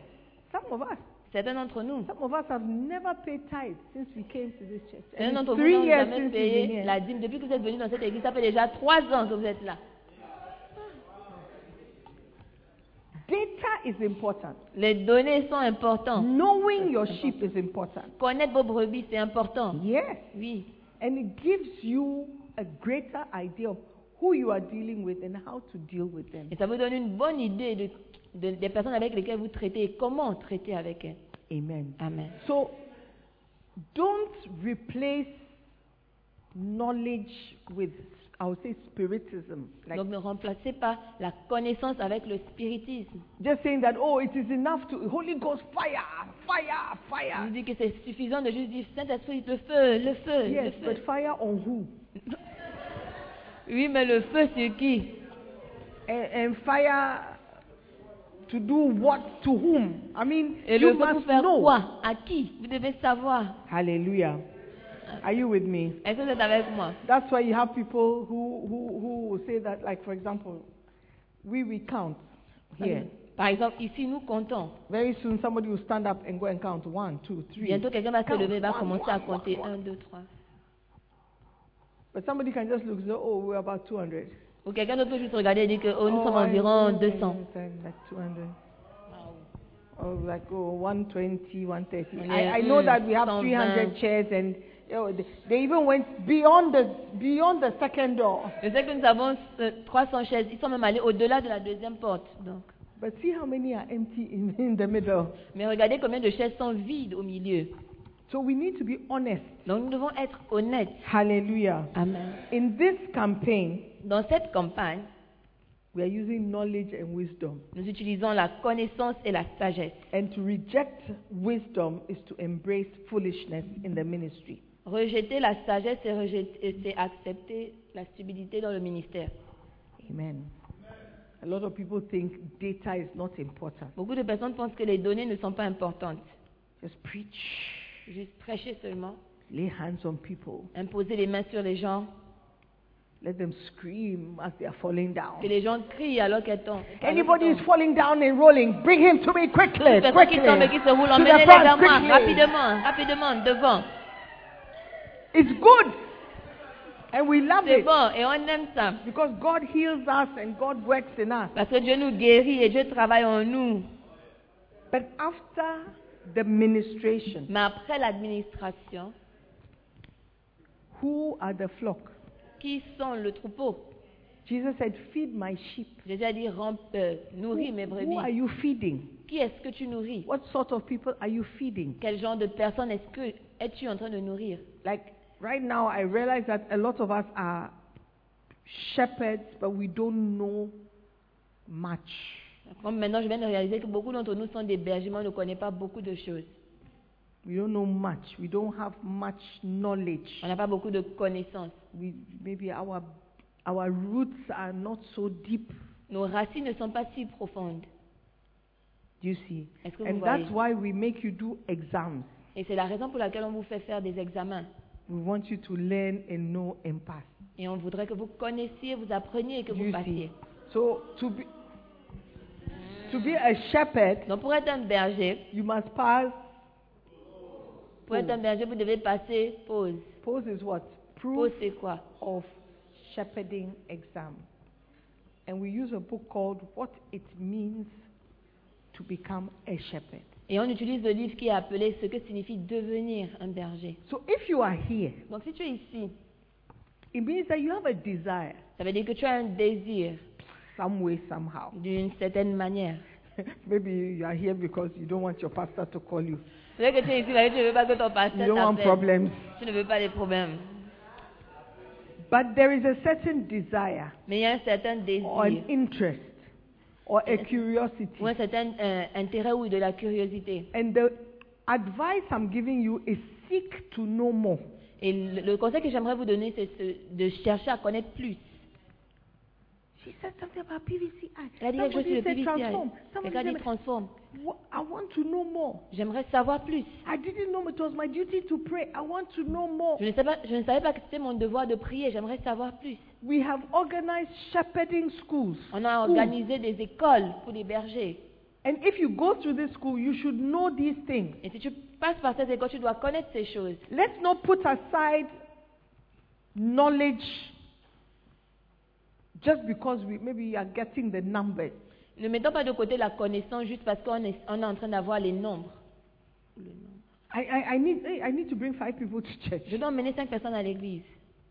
Some of us,
Certains d'entre nous,
some of us have never paid tithes since we came to this church. And
certains
it's
d'entre vous
three
n'ont
years
jamais
since we've been
payé
here.
la dîme. Depuis que vous êtes venus dans cette église, ça fait déjà trois ans que vous êtes là.
Data is important.
Les données sont
Oh. Mm.
importantes.
Knowing your sheep is important.
Connaître vos brebis, c'est important.
Yes,
Oui.
and it gives you a greater idea of who you are dealing with and how to deal with them.
Et ça vous donne une bonne idée de- de- des personnes avec lesquelles vous traitez et comment traiter avec elles.
Amen.
Amen.
So don't replace knowledge with, I would say, spiritism. Like
Donc ne remplacez pas la connaissance avec le spiritism.
just saying that, oh, it is enough to, Holy Ghost, fire, fire,
On
fire.
dit que c'est suffisant de juste dire Saint-Esprit, le feu, le feu, le
Yes,
feu.
but fire on who?
Oui, mais le feu, c'est qui
And, and fire to do what to whom? I mean,
Et
you
le feu pour
must
faire
know.
quoi À qui Vous devez savoir.
Hallelujah. Are you with me?
Est-ce que vous êtes avec moi
That's why you have people who, who, who will say that, like, for example, we recount here.
Par exemple, ici, nous comptons.
Very soon, somebody will stand up and go and count one, two, three.
Bientôt, quelqu'un va se
Count.
lever et va
One,
commencer
one,
à
one,
compter.
one.
1, 2, 3.
But somebody can just look and say, oh, we're about 200.
Ou quelqu'un d'autre peut juste regarder et dire que oh, nous
Oh,
sommes
I
environ
think
200.
I'm Like 200. Or like oh, 120, 130.
On
I,
est,
I know
hmm,
that we have
120.
300 chairs and Oh, they, they even went beyond the, beyond the second door.
Je sais que nous avons euh, 300 chaises. Ils sont même allés au-delà de la deuxième porte. Donc.
But see how many are empty in, in the middle.
Mais regardez combien de chaises sont vides au milieu.
So we need to be honest.
Donc nous devons être honnêtes.
Hallelujah.
Amen.
In this campaign,
Dans cette campagne,
we are using knowledge and wisdom.
nous utilisons la connaissance et la sagesse.
And to reject wisdom is to embrace foolishness in the ministry.
Rejeter la sagesse, c'est rejeter- c'est accepter la stupidité dans le ministère.
Amen. A lot of people think data is not important.
Beaucoup de personnes pensent que les données ne sont pas importantes.
Just preach,
Juste prêcher seulement,
lay hands on people,
imposer les mains sur les gens,
let them scream as they are falling down.
que les gens crient alors qu'elles tombent.
Anybody is falling down and rolling, bring him to me quickly,
Toute personne
quickly.
qui
To
tombe et qui se roule,
the
emmenez-les vers
front
moi,
quickly.
rapidement, rapidement, devant.
It's good, and we love
C'est
it
bon, et on aime ça.
because God heals us and God works in us.
Parce que Dieu nous guérit et Dieu travaille en nous.
But after the ministration,
Mais après l'administration,
who are the flock?
qui sont le troupeau
Jesus said, "Feed my sheep."
Jésus a dit, Rem- euh, nourris mes
Who are
brebis.
you feeding?
Qui est-ce que tu nourris
What sort of people are you feeding?
Quel genre de personne est-ce que es-tu en train de nourrir
Like right now, I realize that a lot of us are shepherds, but we don't know much.
Comme maintenant, je viens de réaliser que beaucoup d'entre nous sont des bergers, mais on ne connaît pas beaucoup de choses.
We don't know much. We don't have much knowledge.
On n'a pas beaucoup de connaissances.
We, maybe our, our roots are not so deep.
Nos racines ne sont pas si profondes.
Do you see?
Est-ce que vous
And
voyez
that's why we make you do exams.
Et c'est la raison pour laquelle on vous fait faire des examens.
We want you to learn and know and pass.
Et on voudrait que vous connaissiez, vous appreniez et que
Do
vous
you
passiez.
see? So to be, to be a shepherd,
Donc pour être un berger,
you must pass.
pour être un berger, vous devez passer pause.
Pose is what?
Pause,
Proof
c'est quoi
of shepherding exam. And we use a book called What It Means to Become a Shepherd.
Et on utilise le livre qui est appelé Ce que signifie devenir un berger.
So if you are here,
Donc si tu es ici,
it means that you have a desire,
ça veut dire que tu as un désir
some way, somehow.
d'une certaine manière.
Maybe you are here because you don't want your pastor to call you.
C'est vrai que tu es ici, parce que tu ne veux pas que ton
You
pasteur
don't want
t'appelle.
problems.
Tu ne veux pas les problèmes.
But there is a certain desire
Mais il y a un certain
or an
désir,
interest or a curiosity.
ou un certain euh, intérêt ou de la curiosité.
And the advice I'm giving you is seek to know more.
Et le, le conseil que j'aimerais vous donner, c'est ce- de chercher à connaître plus.
She said something about PVCI.
Elle a dit quelque chose sur
Somebody
le
said
PVCI.
transform. Somebody
Quelqu'un dit
said,
transforme.
"Wha- I want to know more.
J'aimerais savoir plus.
I didn't know it was my duty to pray. I want to know more.
Je ne, savais pas, je ne savais pas que c'était mon devoir de prier. J'aimerais savoir plus.
We have organized shepherding schools.
On a
Schools.
organisé des écoles pour les bergers.
And if you go through this school, you should know these things.
Et si tu passes par ces écoles, tu dois connaître ces choses.
Let's not put aside knowledge just because we maybe you are getting the numbers.
Ne mettons pas de côté la connaissance juste parce qu'on est, on est en train d'avoir les nombres.
I, I, I need hey, I need to bring five people to church.
Je dois emmener cinq personnes à l'église.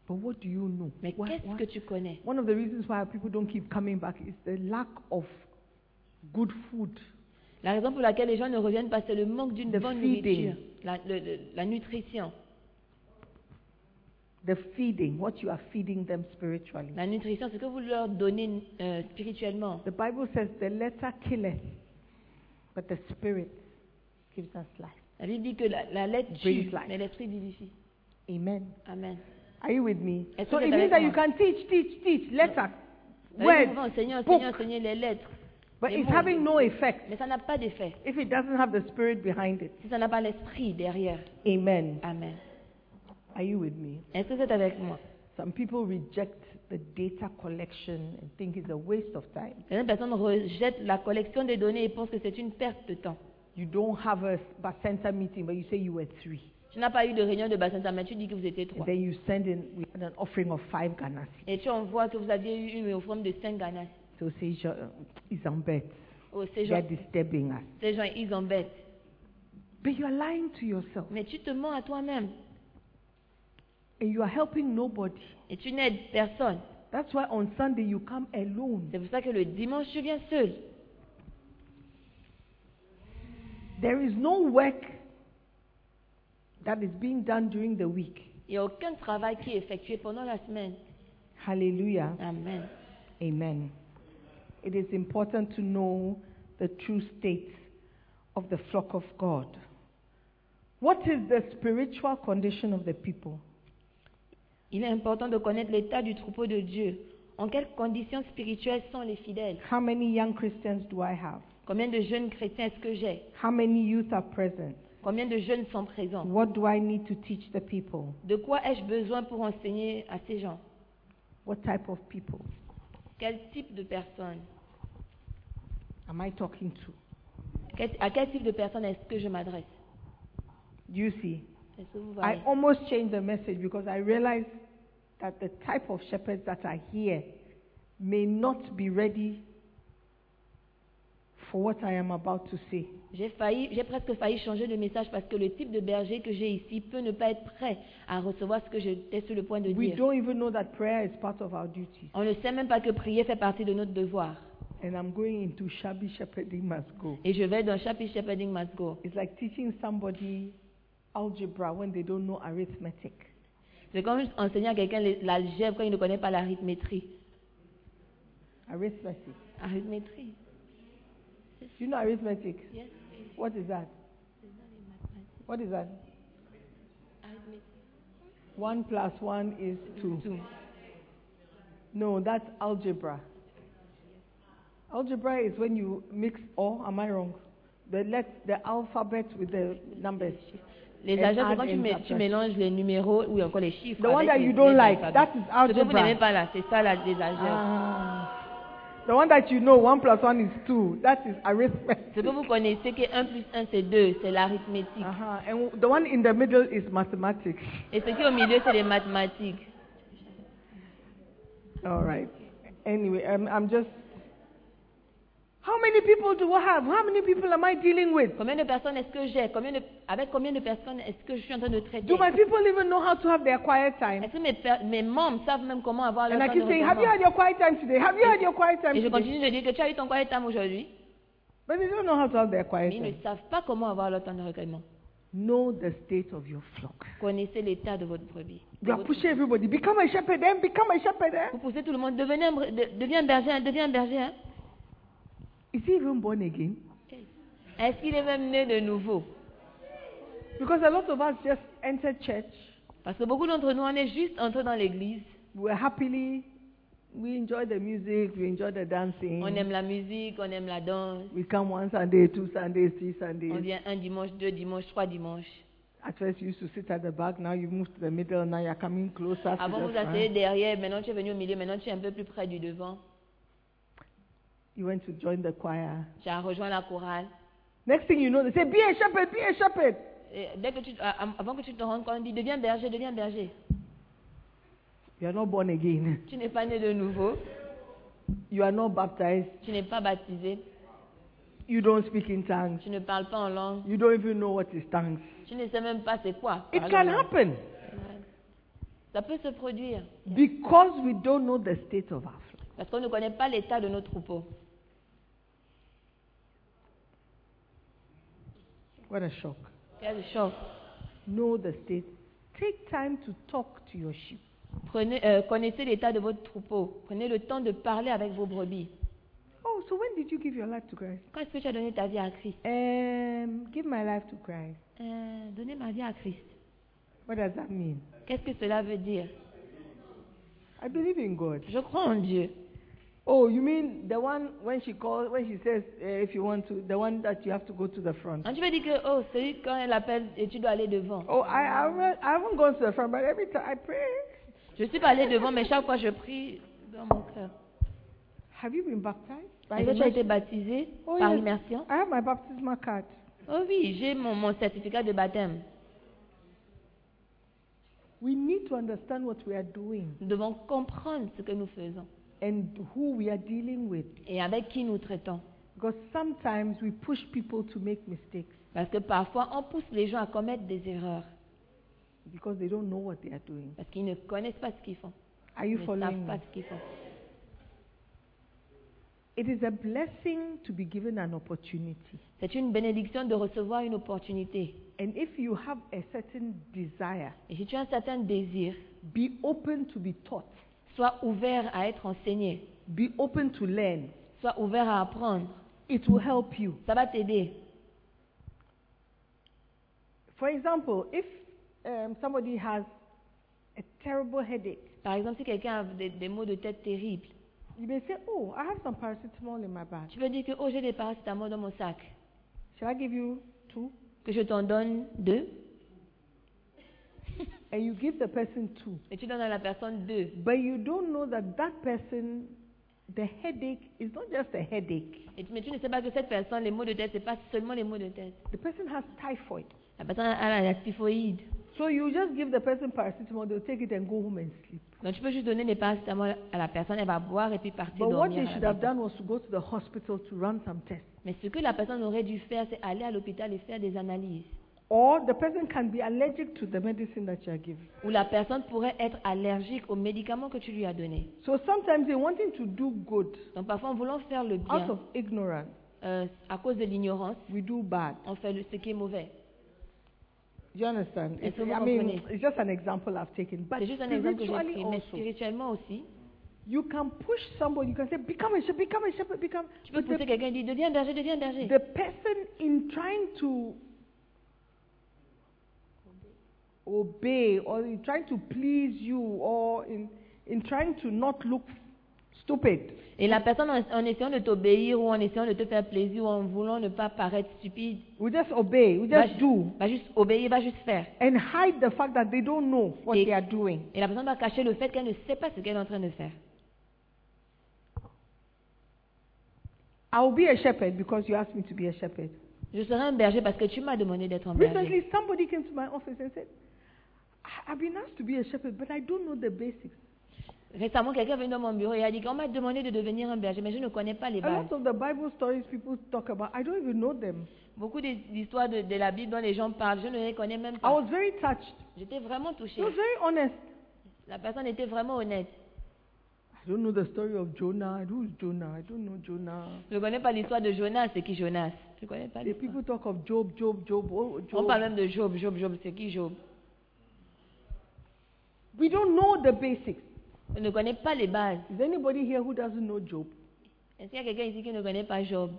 But what do you know?
Mais
What-
qu'est-ce
what-
que tu connais
One of the reasons why people don't keep coming back is the lack of good food.
La raison pour laquelle les gens ne reviennent pas, c'est le manque d'une
The
bonne
feeding.
nourriture, la, le- le- la nutrition,
The feeding, what you are feeding them spiritually.
la nutrition, ce que vous leur donnez euh, spirituellement.
The Bible says the letter killeth, but the spirit gives us life.
La Bible dit que la, la lettre
Brings
tue,
life.
mais l'esprit vivifie.
Amen.
Amen.
Are you with me?
Est-ce
So
que
it
vous êtes
means that
avec
you
moi?
can teach, teach, teach, letter,
Vous savez, on va
word,
enseigner, enseigner,
book,
enseigner les lettres.
but
les
it's
mots.
having no effect
Mais ça n'a pas d'effet
if it doesn't have the spirit behind it.
si ça n'a pas l'esprit derrière.
Amen.
Amen.
Are you with me?
Est-ce que c'est avec moi
Some people reject the data collection and think it's a waste of time.
Certaines personnes rejettent la collection des données et pensent que c'est une perte de temps.
You don't have a bus center meeting, but you say you were three.
Tu n'as pas eu de réunion de bassin mais tu dis que vous étiez
And
trois.
then you send in we had an offering of five Ghana cedis.
Et tu envoies que vous aviez eu une offrande de 5 Ghana.
So say, "Jo- um, it's on bed.
Oh, ces
They are
gens,
disturbing us.
ces gens, ils embêtent.
But you are lying to yourself.
Mais tu te mens à toi-même.
and you are helping nobody.
Et tu n'aides personne.
That's why on Sunday you come alone.
C'est pour ça que le dimanche, tu viens seul.
There is no work that is being done during the week.
Il n'y a aucun travail qui est effectué pendant la semaine.
Hallelujah.
Amen.
Amen. It is important to know the true state of the flock of God. What is the spiritual condition of the people?
Il est important de connaître l'état du troupeau de Dieu. En quelles conditions spirituelles sont les fidèles
How many young Christians do I have?
Combien de jeunes chrétiens est-ce que j'ai
How many youth are present?
Combien de jeunes sont présents
What do I need to teach the people?
De quoi ai-je besoin pour enseigner à ces gens
What type of people
Quel type de personne
am I talking to?
Quel- À quel type de personne est-ce que je m'adresse
Do you see?
Est-ce que vous
I
voyez
almost changed the message because I realized that the type of shepherds that are here may not be ready for what I am about to say.
J'ai failli, j'ai presque failli changer de message parce que le type de berger que j'ai ici peut ne pas être prêt à recevoir ce que j'étais sur le point de
We
dire.
don't even know that prayer is part of our duties.
On ne sait même pas que prier fait partie de notre devoir.
And I'm going into shabby shepherding must go.
Et je vais dans chapitre Shepherding Must Go.
It's like teaching somebody algebra when they don't know arithmetic.
C'est comme enseigner à quelqu'un les- l'algèbre quand il ne connaît pas l'arithmétrie.
Arithmetic.
Arithmétrie.
You know arithmetic?
Yes.
What is that? What is that? One plus one is two. No, that's algebra. Algebra is when you mix all. Am I wrong? The let the alphabet with the numbers.
Les
And
algèbres, c'est
add
quand tu,
and
mets- tu
subtract.
mélanges les numéros ou encore les chiffres.
The one
avec
that
les-
you don't
les
like,
alphabets.
that
Ce
is
que vous
algebra.
n'aimez pas là, c'est ça la, les algèbres.
Ah. The one that you know, one plus one is two. That is arithmetic.
Ce que vous connaissez que 1 plus 1 c'est 2, c'est l'arithmétique.
Uh-huh. And the one in the middle is mathematics.
Et ce qui est au milieu, c'est les mathématiques.
All right. Anyway, I'm, I'm just. How many people do I have? How many people am I dealing with?
Combien de personnes est-ce que j'ai Combien de- Avec combien de personnes est-ce que je suis en train de traiter
Do my people even know how to have their quiet time?
Est-ce que mes, per- mes membres savent même comment avoir leur
And I
temps
keep
de
saying, Have you
repos
had your quiet time today? Have you had your quiet time
Et je
today?
continue de dire que tu as eu ton quiet time aujourd'hui,
But they don't know how to have their
mais
quiet
ils
time.
ne savent pas comment avoir leur temps de recueillement.
Know the state of your flock.
Connaissez l'état de votre brebis. de
You are
votre-
pushing everybody. Become a shepherd, then become a shepherd. Eh?
Vous poussez tout le monde, devenez un, bre- de- deviens un berger, hein, deviens un berger. hein.
Is he even born again?
Est-ce qu'il est même né de nouveau
Because a lot of us just entered church.
Parce que beaucoup d'entre nous, on est juste entrés dans l'église.
We were happily, we enjoy the music, we enjoy the dancing.
On aime la musique, on aime la danse.
We come one Sunday, two Sundays, three
On
Sundays.
vient un dimanche, deux dimanches, trois dimanches.
At first you used to sit at the back, now you move to the middle, now you're coming closer to
Avant,
the
vous asseyez
front.
derrière, maintenant tu es venu au milieu, maintenant tu es un peu plus près du devant.
You went to join the choir.
Tu as rejoint la chorale.
Next thing you know, they say, be a shepherd, be a shepherd.
Et dès que tu, a- a- avant que tu te rendes compte, on dit deviens berger, deviens berger.
You are not born again.
Tu n'es pas né de nouveau,
You are not baptized.
tu n'es pas baptisé,
You don't speak in tongues.
tu ne parles pas en langue,
You don't even know what is tongues.
tu ne sais même pas c'est quoi.
It
par
can
exemple.
happen
Ça peut se produire
because we don't know the state of our flock.
parce qu'on ne connaît pas l'état de nos troupeaux.
What a shock.
Quel choc.
Know the state. Take time to talk to your sheep.
Prenez, euh, connaissez l'état de votre troupeau. Prenez le temps de parler avec vos brebis.
Oh, so when did you give your life to Christ?
Quand est-ce que tu as donné ta vie à Christ
Um, give my life to Christ.
Euh, Donner ma vie à Christ.
What does that mean?
Qu'est-ce que cela veut dire
I believe in God.
Je crois en Dieu.
Oh, you mean the one when she calls, when she says, eh, if you want to, the one that you have to go to the front.
Quand tu veux dire que, oh, celui quand elle appelle et tu dois aller devant.
Oh, I, I, haven't, I haven't gone to the front, but every time I pray.
Je suis pas allée devant, mais chaque fois je prie dans mon cœur.
Have you been baptized?
Est-ce que tu as été baptisé
Oh,
par
yes.
immersion
I have my baptismal card.
Oh oui, j'ai mon, mon certificat de baptême.
We need to understand what we are doing
Nous devons comprendre ce que nous faisons
and who we are dealing with.
et avec qui nous traitons.
Because sometimes we push people to make mistakes.
Parce que parfois, on pousse les gens à commettre des erreurs.
because they don't know what they are doing.
Parce qu'ils ne connaissent pas ce qu'ils font.
Are
Ils
you
ne
following
savent
me?
pas ce qu'ils font.
It is a blessing to be given an opportunity.
C'est une bénédiction de recevoir une opportunité.
And if you have a certain desire,
Et si tu as un certain désir,
be open to be taught,
sois ouvert à être enseigné,
be open to learn.
sois ouvert à apprendre.
It will help you.
Ça va t'aider.
For example, if um, somebody has a terrible headache,
Par exemple, si quelqu'un a des, des maux de tête terribles,
you may say, Oh, I have some paracetamol in my bag.
tu peux dire que oh, j'ai des paracétamol dans mon sac,
Shall I give you two?
que je t'en donne deux,
And you give the person two.
et tu donnes à la personne deux.
But you don't know that that person, the headache is not just a headache.
Et tu- mais tu ne sais pas que cette personne, les maux de tête, ce n'est pas seulement les maux de tête.
The person has typhoid.
La personne a a la typhoïde.
So you just give the person paracetamol, they'll take it and go home and sleep.
Donc tu peux juste donner les paracétamol à la personne, elle va boire et puis partir
But what
dormir.
they
à
should
la
have
maison.
done was to go to the hospital to run some tests.
Mais ce que la personne aurait dû faire, c'est aller à l'hôpital et faire des analyses.
Or the person can be allergic to the medicine that you are giving.
Ou la personne pourrait être allergique aux médicaments que tu lui as donnés.
So sometimes they want him to do good.
Donc parfois, en voulant faire le
Out of
bien,
ignorance,
euh, à cause de l'ignorance,
we do bad.
on fait le- ce qui est mauvais.
You understand?
Yes,
It's-
we
I
will
mean,
company.
it's just an example I've taken. But
C'est juste un exemple que j'ai
spiritually
pris, mais
also,
spirituellement aussi.
you can push somebody. You can say, "Become a shepherd, become a shepherd, become."
Tu peux
But the
pousser quelqu'un et dire deviens berger, deviens berger.
the person in trying to obey or in trying to please you or in, in trying to not look stupid
Et la personne, en, en essayant de t'obéir ou en essayant de te faire plaisir ou en voulant ne pas paraître stupide,
we just obey we
va,
just
ju-
do
va juste obéir, va juste faire.
and hide the fact that they don't know what
Et-
they are doing
Et la personne va cacher le fait qu'elle ne sait pas ce qu'elle est en train de faire.
i will be a shepherd because you asked me to be a shepherd
Je serai un berger parce que tu m'as demandé d'être un berger.
recently somebody came to my office and said "I- i've been asked to be a shepherd but i don't know the basics
Récemment, quelqu'un est venu dans mon bureau et a dit qu'on m'a demandé de devenir un berger, mais je ne connais pas les
a
bases.
lot of the bible stories people talk about i don't even know them
Beaucoup des- d'histoires de, de la Bible dont les gens parlent, je ne les connais même
i
pas.
was very touched
J'étais vraiment touchée.
she was very honest
La personne était vraiment honnête.
I don't know the story of Jonah. Who's Jonah? I don't know Jonah.
Je ne connais pas l'histoire de Jonas, c'est qui Jonas Je ne connais pas
The
l'histoire.
people talk of Job, Job, Job. Oh,
On parle
Job.
même de Job, Job, Job, c'est qui Job
We don't know the basics.
On ne connaît pas les bases.
Is there anybody here who doesn't know Job?
Est-ce qu'il y a quelqu'un ici qui ne connaît pas Job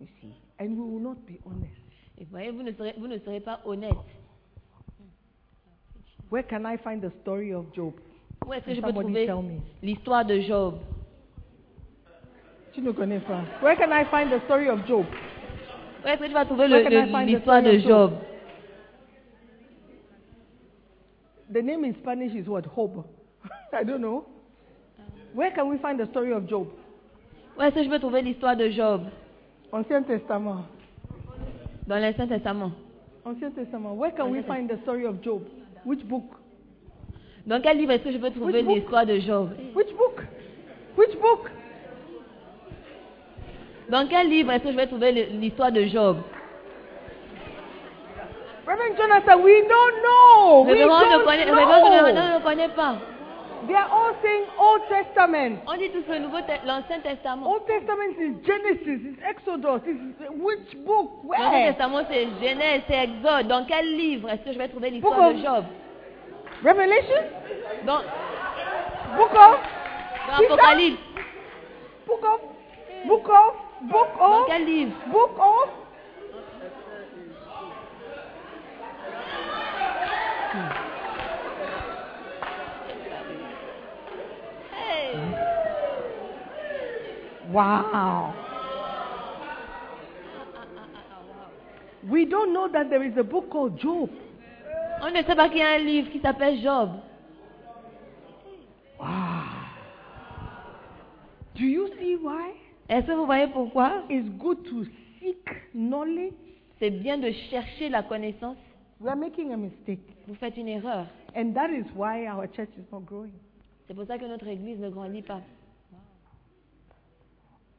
You see, and we will not be honest.
Et vous voyez, vous ne serez, vous ne serez pas honnête.
Where can I find the story of Job?
Où est-ce que je peux trouver
Somebody tell me.
l'histoire de Job
Chinukonefa. Where can I find the story of Job?
Où est-ce que tu vas trouver
Where
le-
can I
le-
find the
l'histoire
story
de
of
Job
The name in Spanish is what? Job. I don't know. Where can we find the story of Job?
Où est-ce que je peux trouver l'histoire de Job
Ancien Testament.
dans l'Ancien Testament
Ancien Testament. Where can we find the story of Job? Which book?
Dans quel livre est-ce que je peux trouver
book?
l'histoire de Job
Which book? Which book?
Dans quel livre est-ce que je vais trouver le- l'histoire de Job
Reverend Jonathan, we don't know.
Le
We
révérend ne
don't
connaît, le révérend
know.
Jonathan ne connaît pas.
They are all saying Old Testament.
On dit tout le Nouveau, Te- l'Ancien Testament.
Old Testament is Genesis, is Exodus, is which book?
L'Ancien
Where?
Testament, c'est Genèse, c'est Exode. Dans quel livre est-ce que je vais trouver l'histoire
Book
de
of-
Job
Revelation?
Dans,
Book of?
dans Apocalypse.
Book of? Book of? Book
Dans
of?
quel livre
Book of? Wow. We don't know that there is a book called Job.
On ne sait pas qu'il y a un livre qui s'appelle Job.
Do you see why?
Est-ce que vous voyez pourquoi
It's good to seek knowledge.
C'est bien de chercher la connaissance.
We are making a mistake.
Vous faites une erreur.
And that is why our church is not growing.
C'est pour ça que notre église ne grandit pas.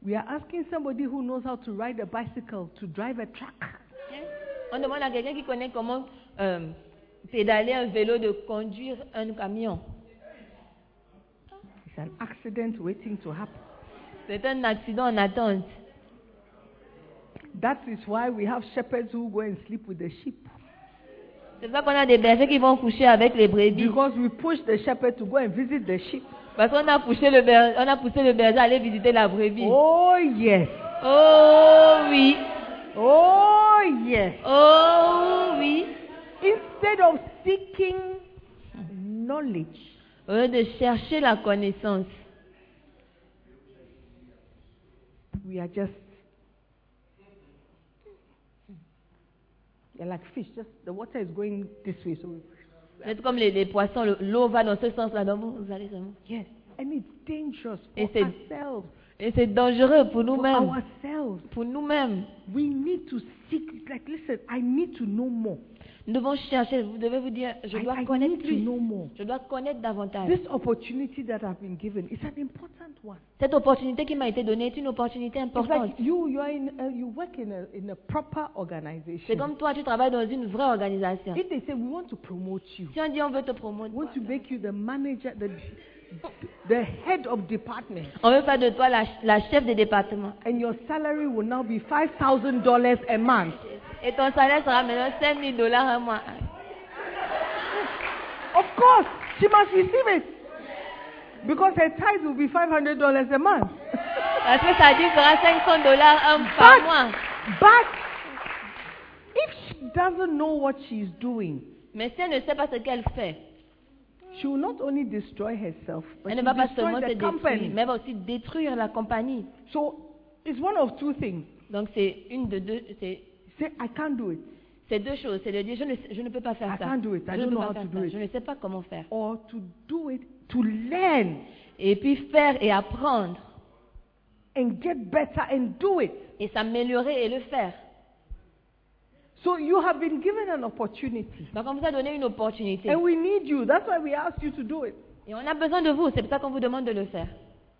We are asking somebody who knows how to ride a bicycle to drive a truck.
On demande à quelqu'un qui connaît comment euh, pédaler un vélo, de conduire un camion.
It's an accident waiting to happen.
C'est un accident en attente.
That is why we have shepherds who go and sleep with the sheep.
C'est ça qu'on a des bergers qui vont coucher avec les brebis.
Because we push the shepherd to go and visit the sheep.
Parce qu'on a poussé le berger, on a poussé le berger à aller visiter la brebis.
Oh, yes.
Oh oui.
Oh, yes.
Oh oui.
Instead of seeking knowledge,
Au lieu de chercher la connaissance,
we are just. We are like fish, just the water is going this way. So,
c'est comme les, les poissons, le- l'eau va dans ce sens-là, donc vous, vous allez seulement.
yes. And it's dangerous for
It's a-
ourselves.
Et c'est dangereux pour
For
nous-mêmes.
ourselves.
Pour nous-mêmes.
We need to seek. Like, listen, I need to know more.
Nous devons chercher, vous devez vous dire, je
I-
dois
I
connaître
need to
plus.
know more.
Je dois connaître davantage.
This opportunity that I've been given is an important one.
Cette opportunité qui m'a été donnée est une opportunité
It's
importante.
like you, you, are in a, you work in a, in a proper organization.
C'est comme toi, tu travailles dans une vraie organisation.
If they say we want to promote you,
Si on dit on veut te
we
promouvoir,
want to make you the manager, the, the head of department,
on veut faire de toi la, la chef des départements.
and your salary will now be five thousand dollars a month.
Et ton salaire sera maintenant 5 000 dollars un mois.
Of course, she must receive it because her tithe will be five hundred dollars a month.
Parce que ça dit sera 500 dollars un par mois.
But if she doesn't know what she is doing,
Mais si elle ne sait pas ce qu'elle fait,
she will not only destroy herself,
elle
but she
ne va
will
pas
destroy
seulement se
the
détruire,
company.
mais elle va aussi détruire la compagnie.
So it's one of two things.
Donc c'est une de deux, c'est
Say I can't do it,
c'est deux choses. C'est de dire je ne, je ne peux pas faire
I
ça.
can't do it.
Je
I
ne
don't
peux
know
pas
how
faire
to do
ça.
it.
Je ne sais pas comment faire.
or to do it to learn
Et puis faire et apprendre
and get better and do it.
et s'améliorer et le faire.
So you have been given an opportunity.
Donc on vous a donné une opportunité.
And we need you. That's why we asked you to do it.
Et on a besoin de vous. C'est pour ça qu'on vous demande de le faire.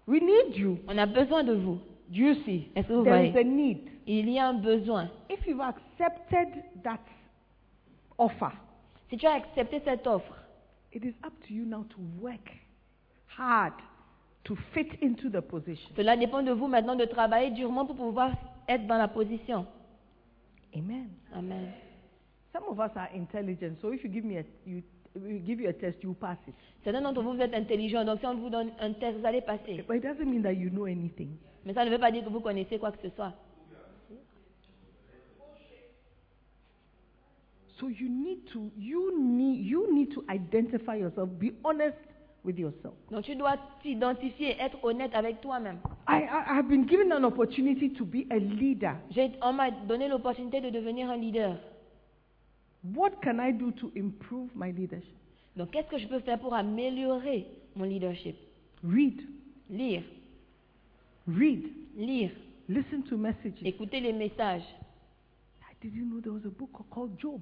We need you.
On a besoin de vous.
Do you see?
Est-ce que vous
There is
voyez?
a need.
Il y a un besoin.
If you've accepted that offer,
Si tu as accepté cette offre,
it is up to you now to work hard to fit into the position.
cela dépend de vous maintenant de travailler durement pour pouvoir être dans la position.
Amen.
Amen.
Some of us are intelligent, so if you give me a you we give you a test, you pass it.
Certains d'entre vous, vous êtes intelligents, donc si on vous donne un test, vous allez passer.
But it doesn't mean that you know anything.
Mais ça ne veut pas dire que vous connaissez quoi que ce soit.
So you need to you need you need to identify yourself. Be honest with yourself.
Donc tu dois t'identifier, être honnête avec toi-même.
I, I have been given an opportunity to be a leader.
J'ai- On m'a donné l'opportunité de devenir un leader.
What can I do to improve my leadership?
Donc qu'est-ce que je peux faire pour améliorer mon leadership
Read,
Lire,
read,
lire,
listen to messages.
écouter les messages.
I didn't know there was a book called Job.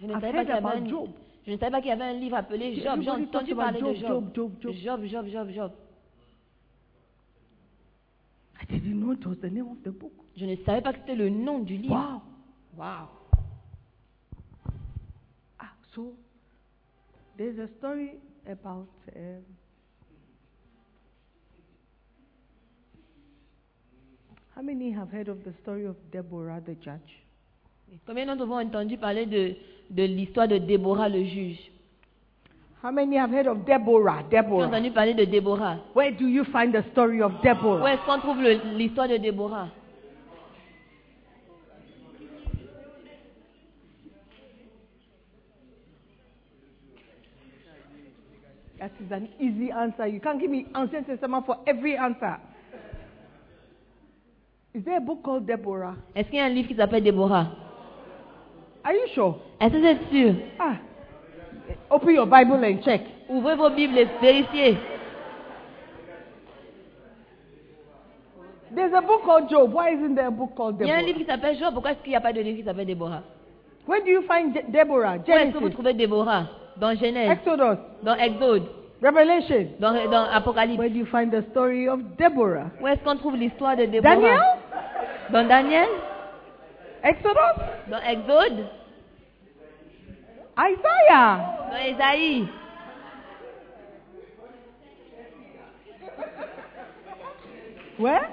Je ne
I've
savais pas
heard
qu'il y avait
about
un,
Job.
je ne savais pas qu'il y avait un livre appelé Job. J'ai
Everybody
entendu
talks
parler
about
de
Job,
Job.
Job, Job,
Job, Job, Job, Job.
I didn't know it was the name of the book.
Je ne savais pas que c'était le nom du livre.
Wow.
Wow.
Ah, so there's a story about um, how many have heard of the story of Deborah the judge?
Combien d'entre vous ont entendu parler de, de l'histoire de Déborah le juge
How many have heard of Deborah?
Qui ont
Deborah.
entendu parler de Déborah
Where do you find the story of Deborah?
Où est-ce qu'on trouve le- l'histoire de Déborah
that is an easy answer. You can't give me Ancient Testament for every answer. Is there a book called Deborah?
Est-ce qu'il y a un livre qui s'appelle Déborah
Are you sure?
Est-ce que c'est sûr
Ah. Open your Bible and check.
Ouvrez vos Bibles et vérifiez.
There's a book called Job. Why isn't there a book called
Il y a un livre
Deborah?
qui s'appelle Job. Pourquoi est-ce qu'il n'y a pas de livre qui s'appelle Déborah
Where do you find De- Deborah?
Où est-ce que vous
Genesis,
trouvez Déborah Dans Genèse,
Exodus,
dans Exode,
Revelation.
dans, dans Apocalypse.
Where do you find the story of Deborah?
Où est-ce qu'on trouve l'histoire de Déborah
Daniel?
Dans Daniel,
Exodus?
dans Exode,
Isaiah.
Dans Ésaïe,
Where?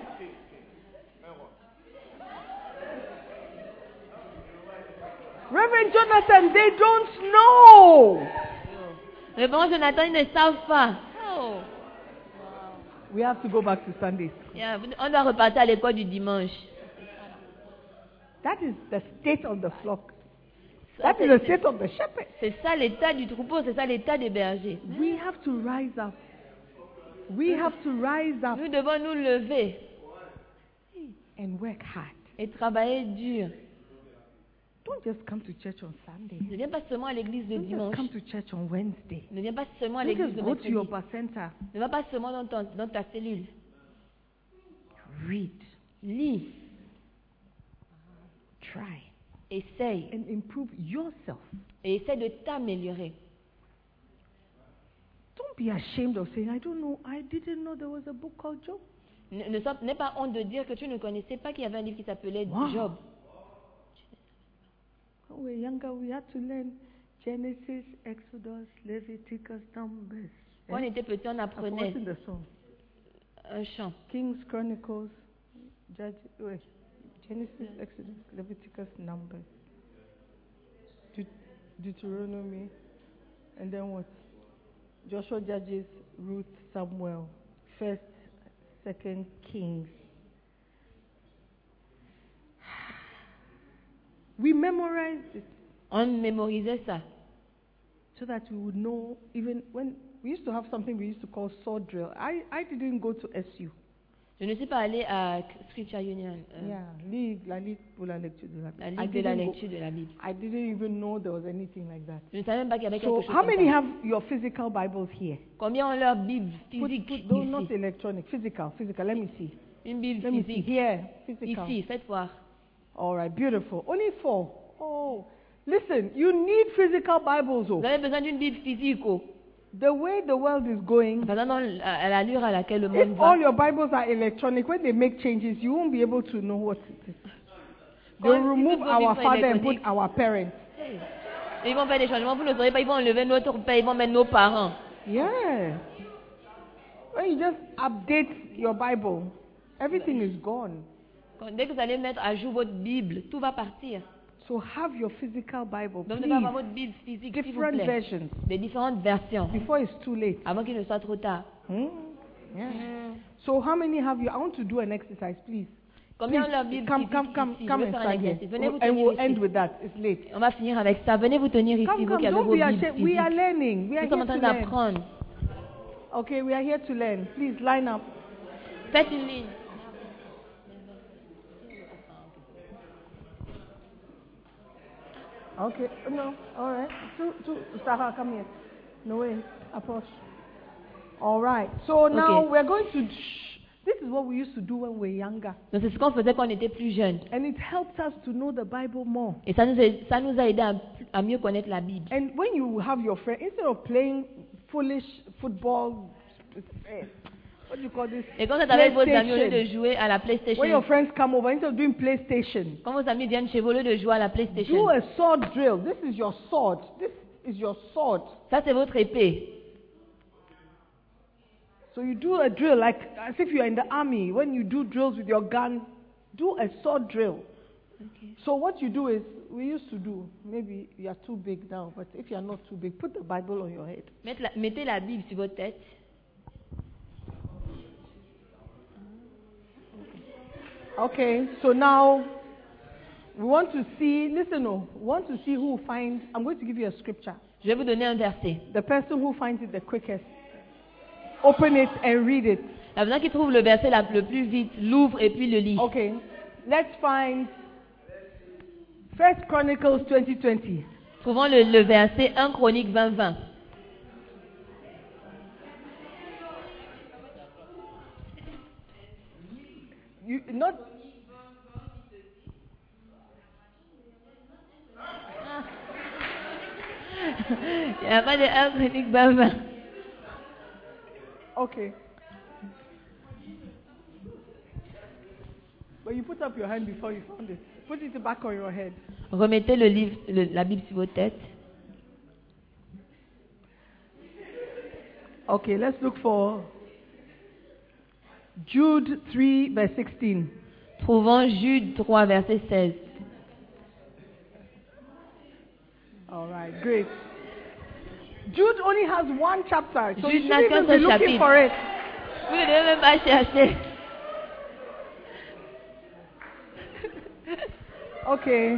Reverend Jonathan, they don't know.
révérend Jonathan, ils ne savent pas.
We have to go back to Sundays.
Bien, vous- On doit repartir à l'école du dimanche.
That is the state of the flock.
Ça,
That is the
C'est
state of the shepherd.
c'est ça l'état du troupeau, c'est ça l'état des bergers.
We have to rise up. We have to rise up
Nous devons nous lever
and work hard.
et travailler dur.
Don't just come to church on Sunday.
Ne viens pas seulement à l'église le
Don't just
dimanche.
come to church on Wednesday.
Ne viens pas seulement à
Don't
l'église
just
le
go to your
mercredi.
bus center.
Ne va pas seulement dans, ton- dans ta cellule.
Read,
Lis,
try,
essaye
and improve yourself.
et essaie de t'améliorer.
Don't be ashamed of saying, I don't know, I didn't know there was a book called Job.
Ne- ne sois- N'aie pas honte de dire que tu ne connaissais pas qu'il y avait un livre qui s'appelait
Wow.
Job.
When we were younger, we had to learn Genesis, Exodus, Leviticus, Numbers.
Quand on
Eh?
était petit, on
I've
apprenait
forgotten the song.
un chant.
Kings, Chronicles, Judge, wait, Genesis, Exodus, Leviticus, Numbers, Deut- Deuteronomy, and then what? Joshua, Judges, Ruth, Samuel, First, Second Kings. We memorized it
On mémorisait ça.
so that we would know even when we used to have something we used to call sword drill. I, I didn't go to SU.
Je ne suis pas allée à Scripture Union, euh,
Yeah, ligue, la ligue pour la lecture de la Bible.
la
I
Ligue de la
didn't, go-
lecture de la Bible.
I didn't even know there was anything like that.
Je ne savais même pas qu'il y avait
So,
quelque chose
how
comme
many
ça.
have your physical Bibles here?
Combien ont leur Bible
Put,
physique
put- no, not
ici
electronic, physical, physical. Let me see.
Une Bible
Let me see.
physique
Here, physical.
ici, faites voir.
Oh. All right, beautiful. Only four. Oh, listen, you need physical Bibles.
Vous
Oh.
avez besoin d'une Bible physique. Oh.
The way the world is going,
Par exemple, dans l- à à l'allure à laquelle le monde
If
va,
all your Bibles are electronic, when they make changes, you won't be able to know what it is. They'll
Quand-
remove
if it's
our
not
father and put
electronic-
our parents.
ils vont faire des changements. Vous ne saurez pas, ils vont enlever notre père, ils vont mettre nos parents.
Yeah. When you just update your Bible, everything is gone.
Quand- dès que vous allez mettre à jour votre Bible, tout va partir.
So have your physical Bible,
Donc, ne pas avoir
please.
votre Bible physique, s'il vous
Different
plaît.
versions
Des différentes versions,
before it's too late.
avant qu'il ne soit trop tard.
Hmm? Yeah. So how many have you? I want to do an exercise, please.
Combien
Please,
ont leur Bible
come,
physique
come, come,
ici?
come
Je veux
and
faire un
stand here. Oh,
exercice. Venez vous
And
tenir
we'll end
ici.
with that. It's late.
On va finir avec ça. Venez vous tenir ici,
Come,
vous
come,
qui avez
don't
vos
be
Bibles
ashamed. We are
physiques.
learning. We
Nous
are here
sommes en train
to learn.
d'apprendre.
Okay, we are here to learn. Please line up.
Faites une ligne.
Okay, no, all right. Two, two. Sarah, come here. No way. Approach. All right. So now
Okay.
we're going to. Shh. This is what we used to do when we were younger,
Donc, c'est ce qu'on faisait quand on était plus jeune.
and it helped us to know the Bible more.
Et ça nous a, ça nous a aidé à, à mieux connaître la Bible.
And when you have your friend, instead of playing foolish football, eh, what do you call this?
Et quand vous êtes avec vos amis, au lieu de
PlayStation.
jouer à la
When your
PlayStation,
friends come over, instead of doing PlayStation,
quand vos amis viennent chez vous, au lieu de jouer à la PlayStation,
do a sword drill. This is your sword. This is your sword.
ça c'est votre épée.
So you do a drill like as if you're in the army. When you do drills with your gun, do a sword drill. So what you do is we used to do. Maybe you are too big now, but if you are not too big, put the Bible on your head.
Mettez la, mettez la Bible sur votre tête.
Okay. So now we want to see. Listen, oh, we want to see who finds. I'm going to give you a scripture.
Je vais vous donner un verset.
The person who finds it the quickest, open it and read it.
La personne qui trouve le verset la- le plus vite l'ouvre et puis le lit.
Okay. Let's find First Chronicles 2020.
Trouvons le, le verset 1 Chronique 20 20.
You not.
Il n'y a pas de 1 Chronique 20 20.
Okay. But you put up your hand before you found it. Put it back on your head.
Remettez le livre, le- la Bible sur votre tête.
Okay, let's look for Jude 3, verse 16.
Trouvons Jude 3, verset 16.
All right, great. Jude only has one chapter, so you
Jude n'a
shouldn't
qu'un
even be
seul
looking
chapitre.
for it.
Vous ne devez même pas chercher.
Okay.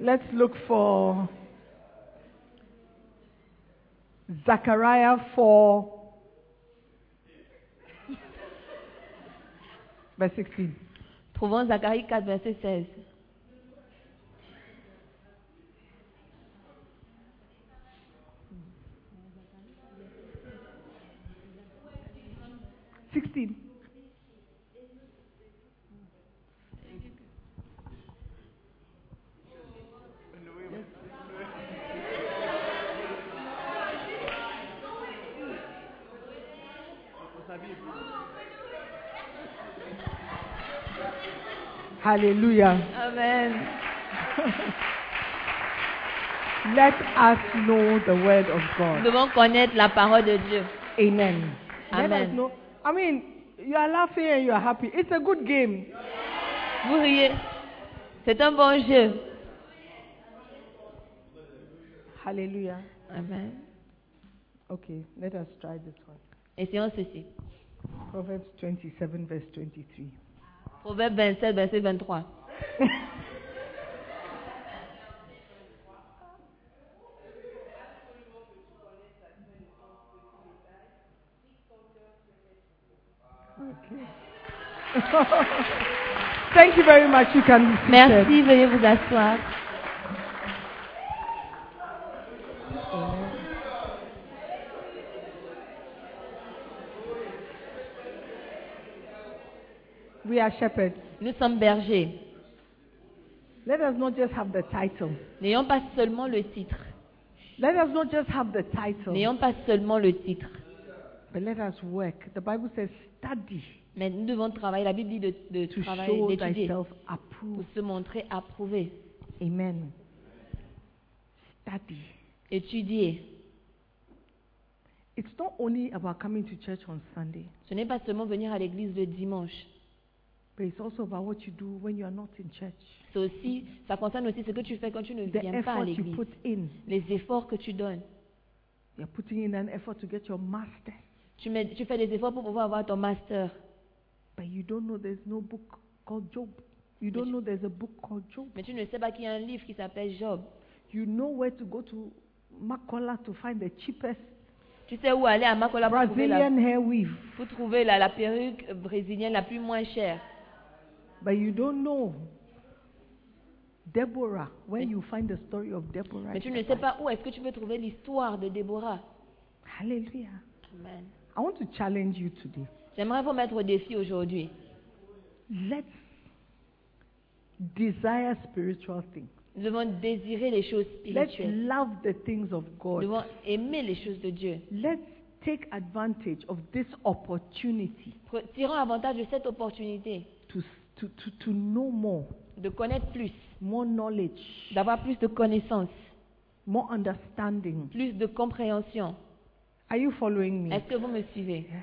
Let's look for Zechariah 4, verse 16.
Trouvons Zacharie 4, verset 16.
Sixteen. Hallelujah.
Amen.
Let us know the word of
Nous
God.
devons connaître la parole de Dieu.
Amen. Let us
Amen.
know. I mean, you are laughing and you are happy. It's a good game.
Vous riez. C'est un bon jeu.
Hallelujah.
Amen.
Okay, let us try this one.
Essayons ceci.
Proverbs 27, verse 23.
Proverbe 27, verset 23.
Thank you very much. You can be seated.
Merci, veuillez vous asseoir.
We are shepherds.
Nous sommes bergers.
Let us not just have the title.
N'ayons pas seulement le titre.
Let us not just have the title,
N'ayons pas seulement le titre.
but let us work. The Bible says, study
Mais nous devons travailler. La Bible dit de, de
to
travailler,
show
d'étudier.
thyself
Pour
approved.
se montrer approuvé.
Amen. Study.
Étudier.
It's not only about coming to church on Sunday,
Ce n'est pas seulement venir à l'église le dimanche.
but it's also about what you do when you are not in church.
C'est aussi, ça concerne aussi ce que tu fais quand tu ne
The
viens pas à
effort you
l'église.
put in.
Les efforts que tu donnes.
You're putting in an effort to get your master,
Tu, mets- tu fais des efforts pour pouvoir avoir ton master.
but you don't know there's no book called Job. You don't know there's a book called Job.
Mais tu ne sais pas qu'il y a un livre qui s'appelle Job.
You know where to go to Makola to find the cheapest
Tu sais où aller à Makola pour trouver, la,
Brazilian hair weave,
pour trouver la, la perruque brésilienne la plus moins chère.
but you don't know Deborah, where you find the story of Deborah.
Mais
in
tu
the
ne sais
Bible.
pas où est-ce que tu peux trouver l'histoire de Déborah.
Hallelujah.
Amen.
I want to challenge you today.
J'aimerais vous mettre au défi aujourd'hui.
Let's desire spiritual things.
Nous devons désirer les choses
Let's
spirituelles.
love the things of
Nous
God.
devons aimer les choses de Dieu.
Let's take advantage of this opportunity
Pre- Tirons avantage de cette opportunité
to, to, to, to know more,
de connaître plus,
more knowledge,
d'avoir plus de connaissances,
more understanding.
plus de compréhension.
Are you following me?
Est-ce que vous me suivez
Yeah.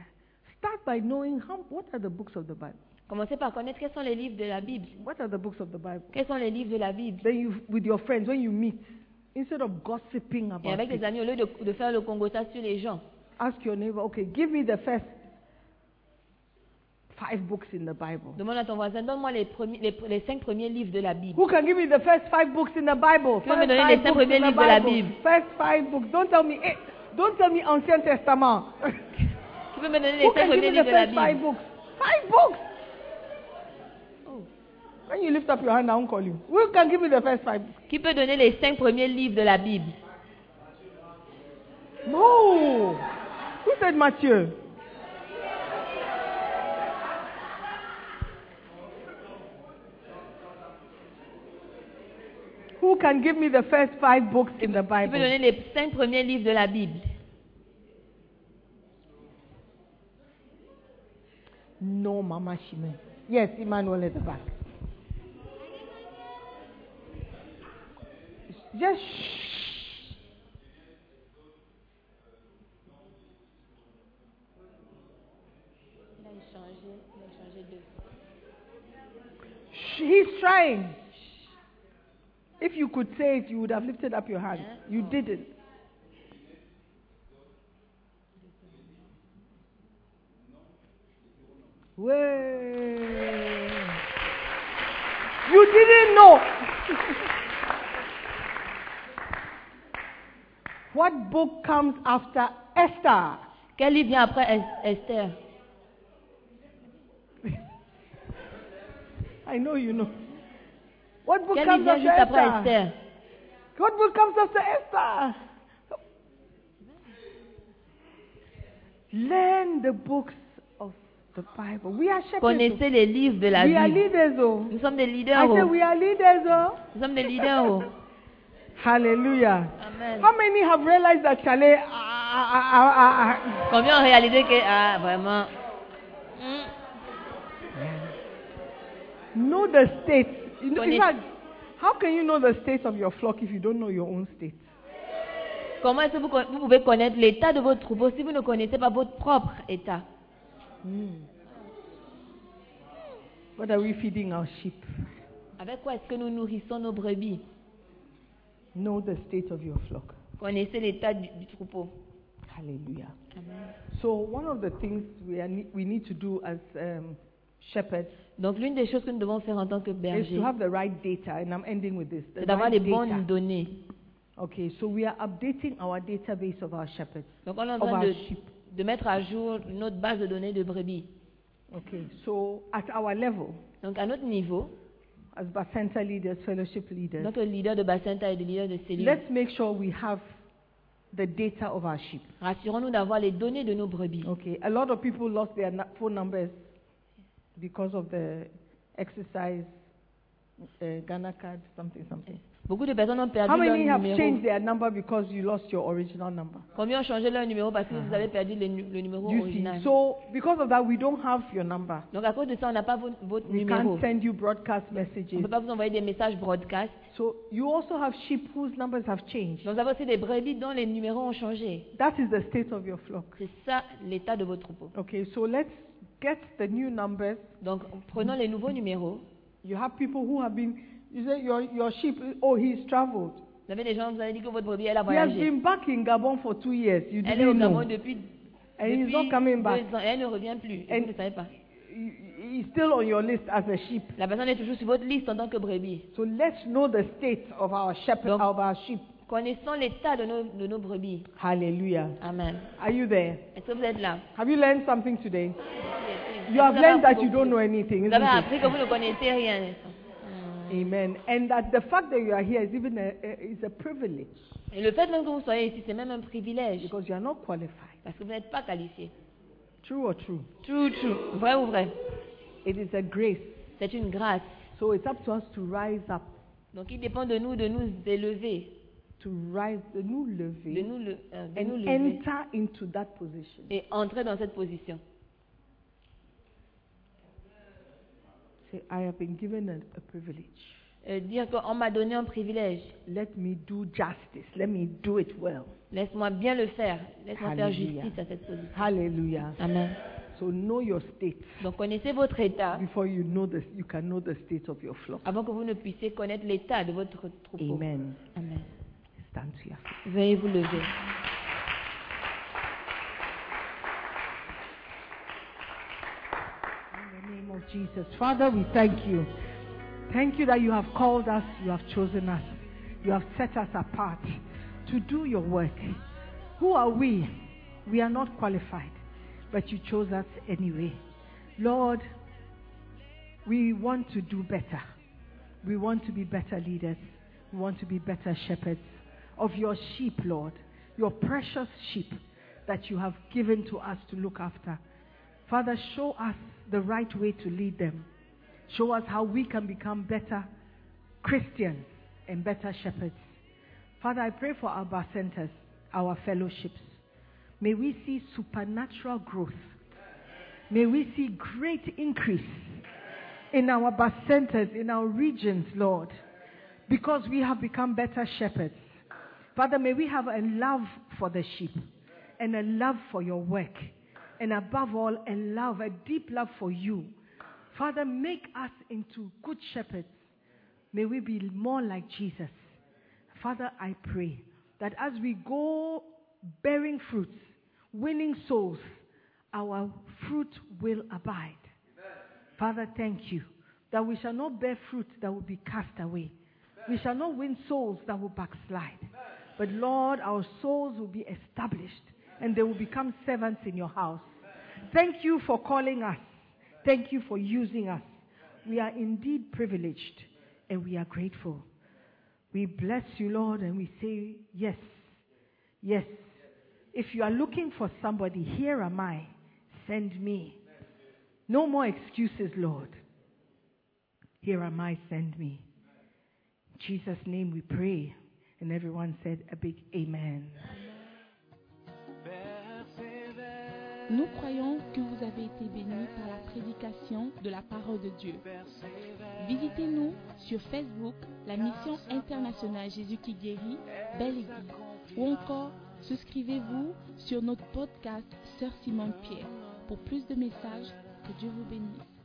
Start by knowing how, what are the books of the Bible?
Commencez par connaître quels sont les livres de la Bible.
What are the books of the Bible?
Quels sont les livres de la Bible
Then you, with your friends, when you meet, instead of gossiping
Et
about
avec
it,
les amis, au lieu de, de faire le Congo ça sur les gens,
ask your neighbor, okay, give me the first five books in the Bible.
demande à ton voisin, donne-moi les, premi- les, les cinq premiers livres de la Bible.
Who can give me the first five books in the Bible?
Qui va me
First
donner les
five
cinq
books in
premiers
the
livres de la
Bible.
Bible?
First five books. Don't tell me, eh, don't tell me Ancien Testament.
Qui peut me donner les
Who
cinq
can give
premiers
me the
livres de la
first five
Bible
books? Five books. Oh. When you lift up your hand, I won't call you. Who can give me the first five books?
Qui peut donner les cinq premiers livres de la Bible
No. Who said Matthew? Who can give me the first five books in the
Qui peut
Bible?
donner les cinq premiers livres de la Bible
No, Mama Shime. Yes, Emmanuel at the back. Just shh. He's trying. If you could say it, you would have lifted up your hand. You didn't. Way. You didn't know. what book comes after Esther?
Quel livre vient après Es- Esther
I know you know. What book
Quel livre
comes
vient
after
juste après
Esther?
Esther
What book comes after Esther? Learn the books of the Bible. We are shepherds.
Connaissez les livres de
oh.
la
We are
Bible.
leaders, oh.
Nous sommes des
I
leaders.
say
oh.
we are leaders, oh.
Nous sommes des leaders. oh.
Hallelujah.
Amen.
How many have realized that Chalet? ah, ah, ah, ah, ah,
Combien ont réalisé que, ah, vraiment,
ah, Know the state. You know-
Connais-
In fact, how can you know the state of your flock if you don't know your own state?
comment est-ce que vous, con- vous pouvez connaître l'état de votre troupeau si vous ne connaissez pas votre propre état
What are we feeding our sheep?
Avec quoi est-ce que nous nourrissons nos brebis
Know the state of your flock.
Connaissez l'état du, du troupeau.
Hallelujah. So one of the things we are ne- we need to do as um, shepherds
Donc l'une des choses que nous devons faire en tant que
is
bergers,
to have the right data, and I'm ending with this. the
c'est d'avoir
right
les
data.
bonnes données.
Okay, so we are updating our database of our shepherds.
Donc on est en
Of
train
our
de,
sheep.
de mettre à jour notre base de données de brebis.
Okay, so at our level,
Donc à notre niveau,
as Bacenta leaders, fellowship leaders,
notre leader de bassin et le leader de cellule,
let's make sure we have the data of our sheep.
rassurons-nous d'avoir les données de nos brebis.
Okay, a lot of people lost their na- phone numbers because of the exercise uh, Ghana card, something, something.
Beaucoup de personnes ont perdu
How
leur
many have
numéro.
changed their number because you lost your original number?
Combien ont changé leur numéro parce que vous avez perdu le, nu- le numéro
Ah. You see,
original
so because of that, we don't have your number.
Donc à cause de ça, on n'a pas vo- votre
We
numéro.
can't send you broadcast
On ne
messages.
peut pas vous envoyer des messages broadcast.
So you also have sheep whose numbers have changed.
Donc vous avez aussi des brebis dont les numéros ont changé.
That is the state of your flock.
C'est ça l'état de votre troupeau.
Okay, so let's get the new numbers.
Donc prenons les nouveaux numéros.
You have people who have been, you say your, your sheep, oh, he's traveled.
Vous avez des gens, vous avez dit que votre brebis, elle a
He has
voyagé.
been back in Gabon for two years. You
Elle est au
didn't
Gabon
know.
depuis,
And he's
depuis
not coming back.
deux ans. Et elle ne revient plus. Et
And-
vous ne savez pas.
He- He's still on your list as a sheep.
La personne est toujours sur votre liste en tant que brebis.
So let's know the state of our shepherd,
Donc-
of our sheep.
Connaissons l'état de nos, de nos brebis.
Hallelujah.
Amen.
Are you there?
Est-ce que vous êtes là
Have you learned something today?
Vous
You have
avez
learned that
appris
you don't know
beaucoup.
anything,
Vous
isn't
avez appris que
it?
vous ne connaissez rien. n'est-ce pas?
Amen. And that the fact that you are here is even a, a- is a privilege
Et le fait même que vous soyez ici, c'est même un privilège.
because you are not qualified.
Parce que vous n'êtes pas qualifié.
True or true?
True, true. Vrai ou vrai
It is a grace.
C'est une grâce.
So it's up to us to rise up,
Donc il dépend de nous de nous élever.
to rise the new
De
levy,
nous, le- euh, de nous
and
lever.
enter into that position.
Et entrer dans cette position.
Say, I have been given a, a privilege.
Euh, dire qu'on m'a donné un privilège.
Let me do justice. Let me do it well.
Laisse-moi bien le faire. Laisse-moi faire
Alléluia.
justice à cette position.
Hallelujah.
Amen.
So know your state
Donc connaissez votre état
before you know this. You can know the state of your flock.
avant que vous ne puissiez connaître l'état de votre troupeau.
Amen.
Amen.
Stand to your feet.
Veuillez vous lever.
In the name of Jesus, Father, we thank you. Thank you that you have called us, you have chosen us, you have set us apart to do your work. Who are we? We are not qualified, but you chose us anyway. Lord, we want to do better. We want to be better leaders. We want to be better shepherds of your sheep, Lord, your precious sheep that you have given to us to look after. Father, show us the right way to lead them. Show us how we can become better Christians and better shepherds. Father, I pray for our bar centers, our fellowships. May we see supernatural growth. May we see great increase in our bar centers, in our regions, Lord, because we have become better shepherds. Father, may we have a love for the sheep and a love for your work, and above all, a love, a deep love for you Father, make us into good shepherds. May we be more like Jesus. Father, I pray that as we go bearing fruits, winning souls, our fruit will abide. Father, thank you that we shall not bear fruit that will be cast away. We shall not win souls that will backslide. But Lord, our souls will be established and they will become servants in your house. Thank you for calling us. Thank you for using us. We are indeed privileged and we are grateful. We bless you, Lord, and we say, Yes, yes. If you are looking for somebody, here am I. Send me. No more excuses, Lord. Here am I. Send me. In Jesus' name we pray. And everyone said a big amen.
Nous croyons que vous avez été bénis par la prédication de la parole de Dieu. Visitez-nous sur Facebook, la Mission internationale Jésus qui guérit, Belle Église, ou encore Souscrivez-vous sur notre podcast Sœur Simone Pierre pour plus de messages. Que Dieu vous bénisse.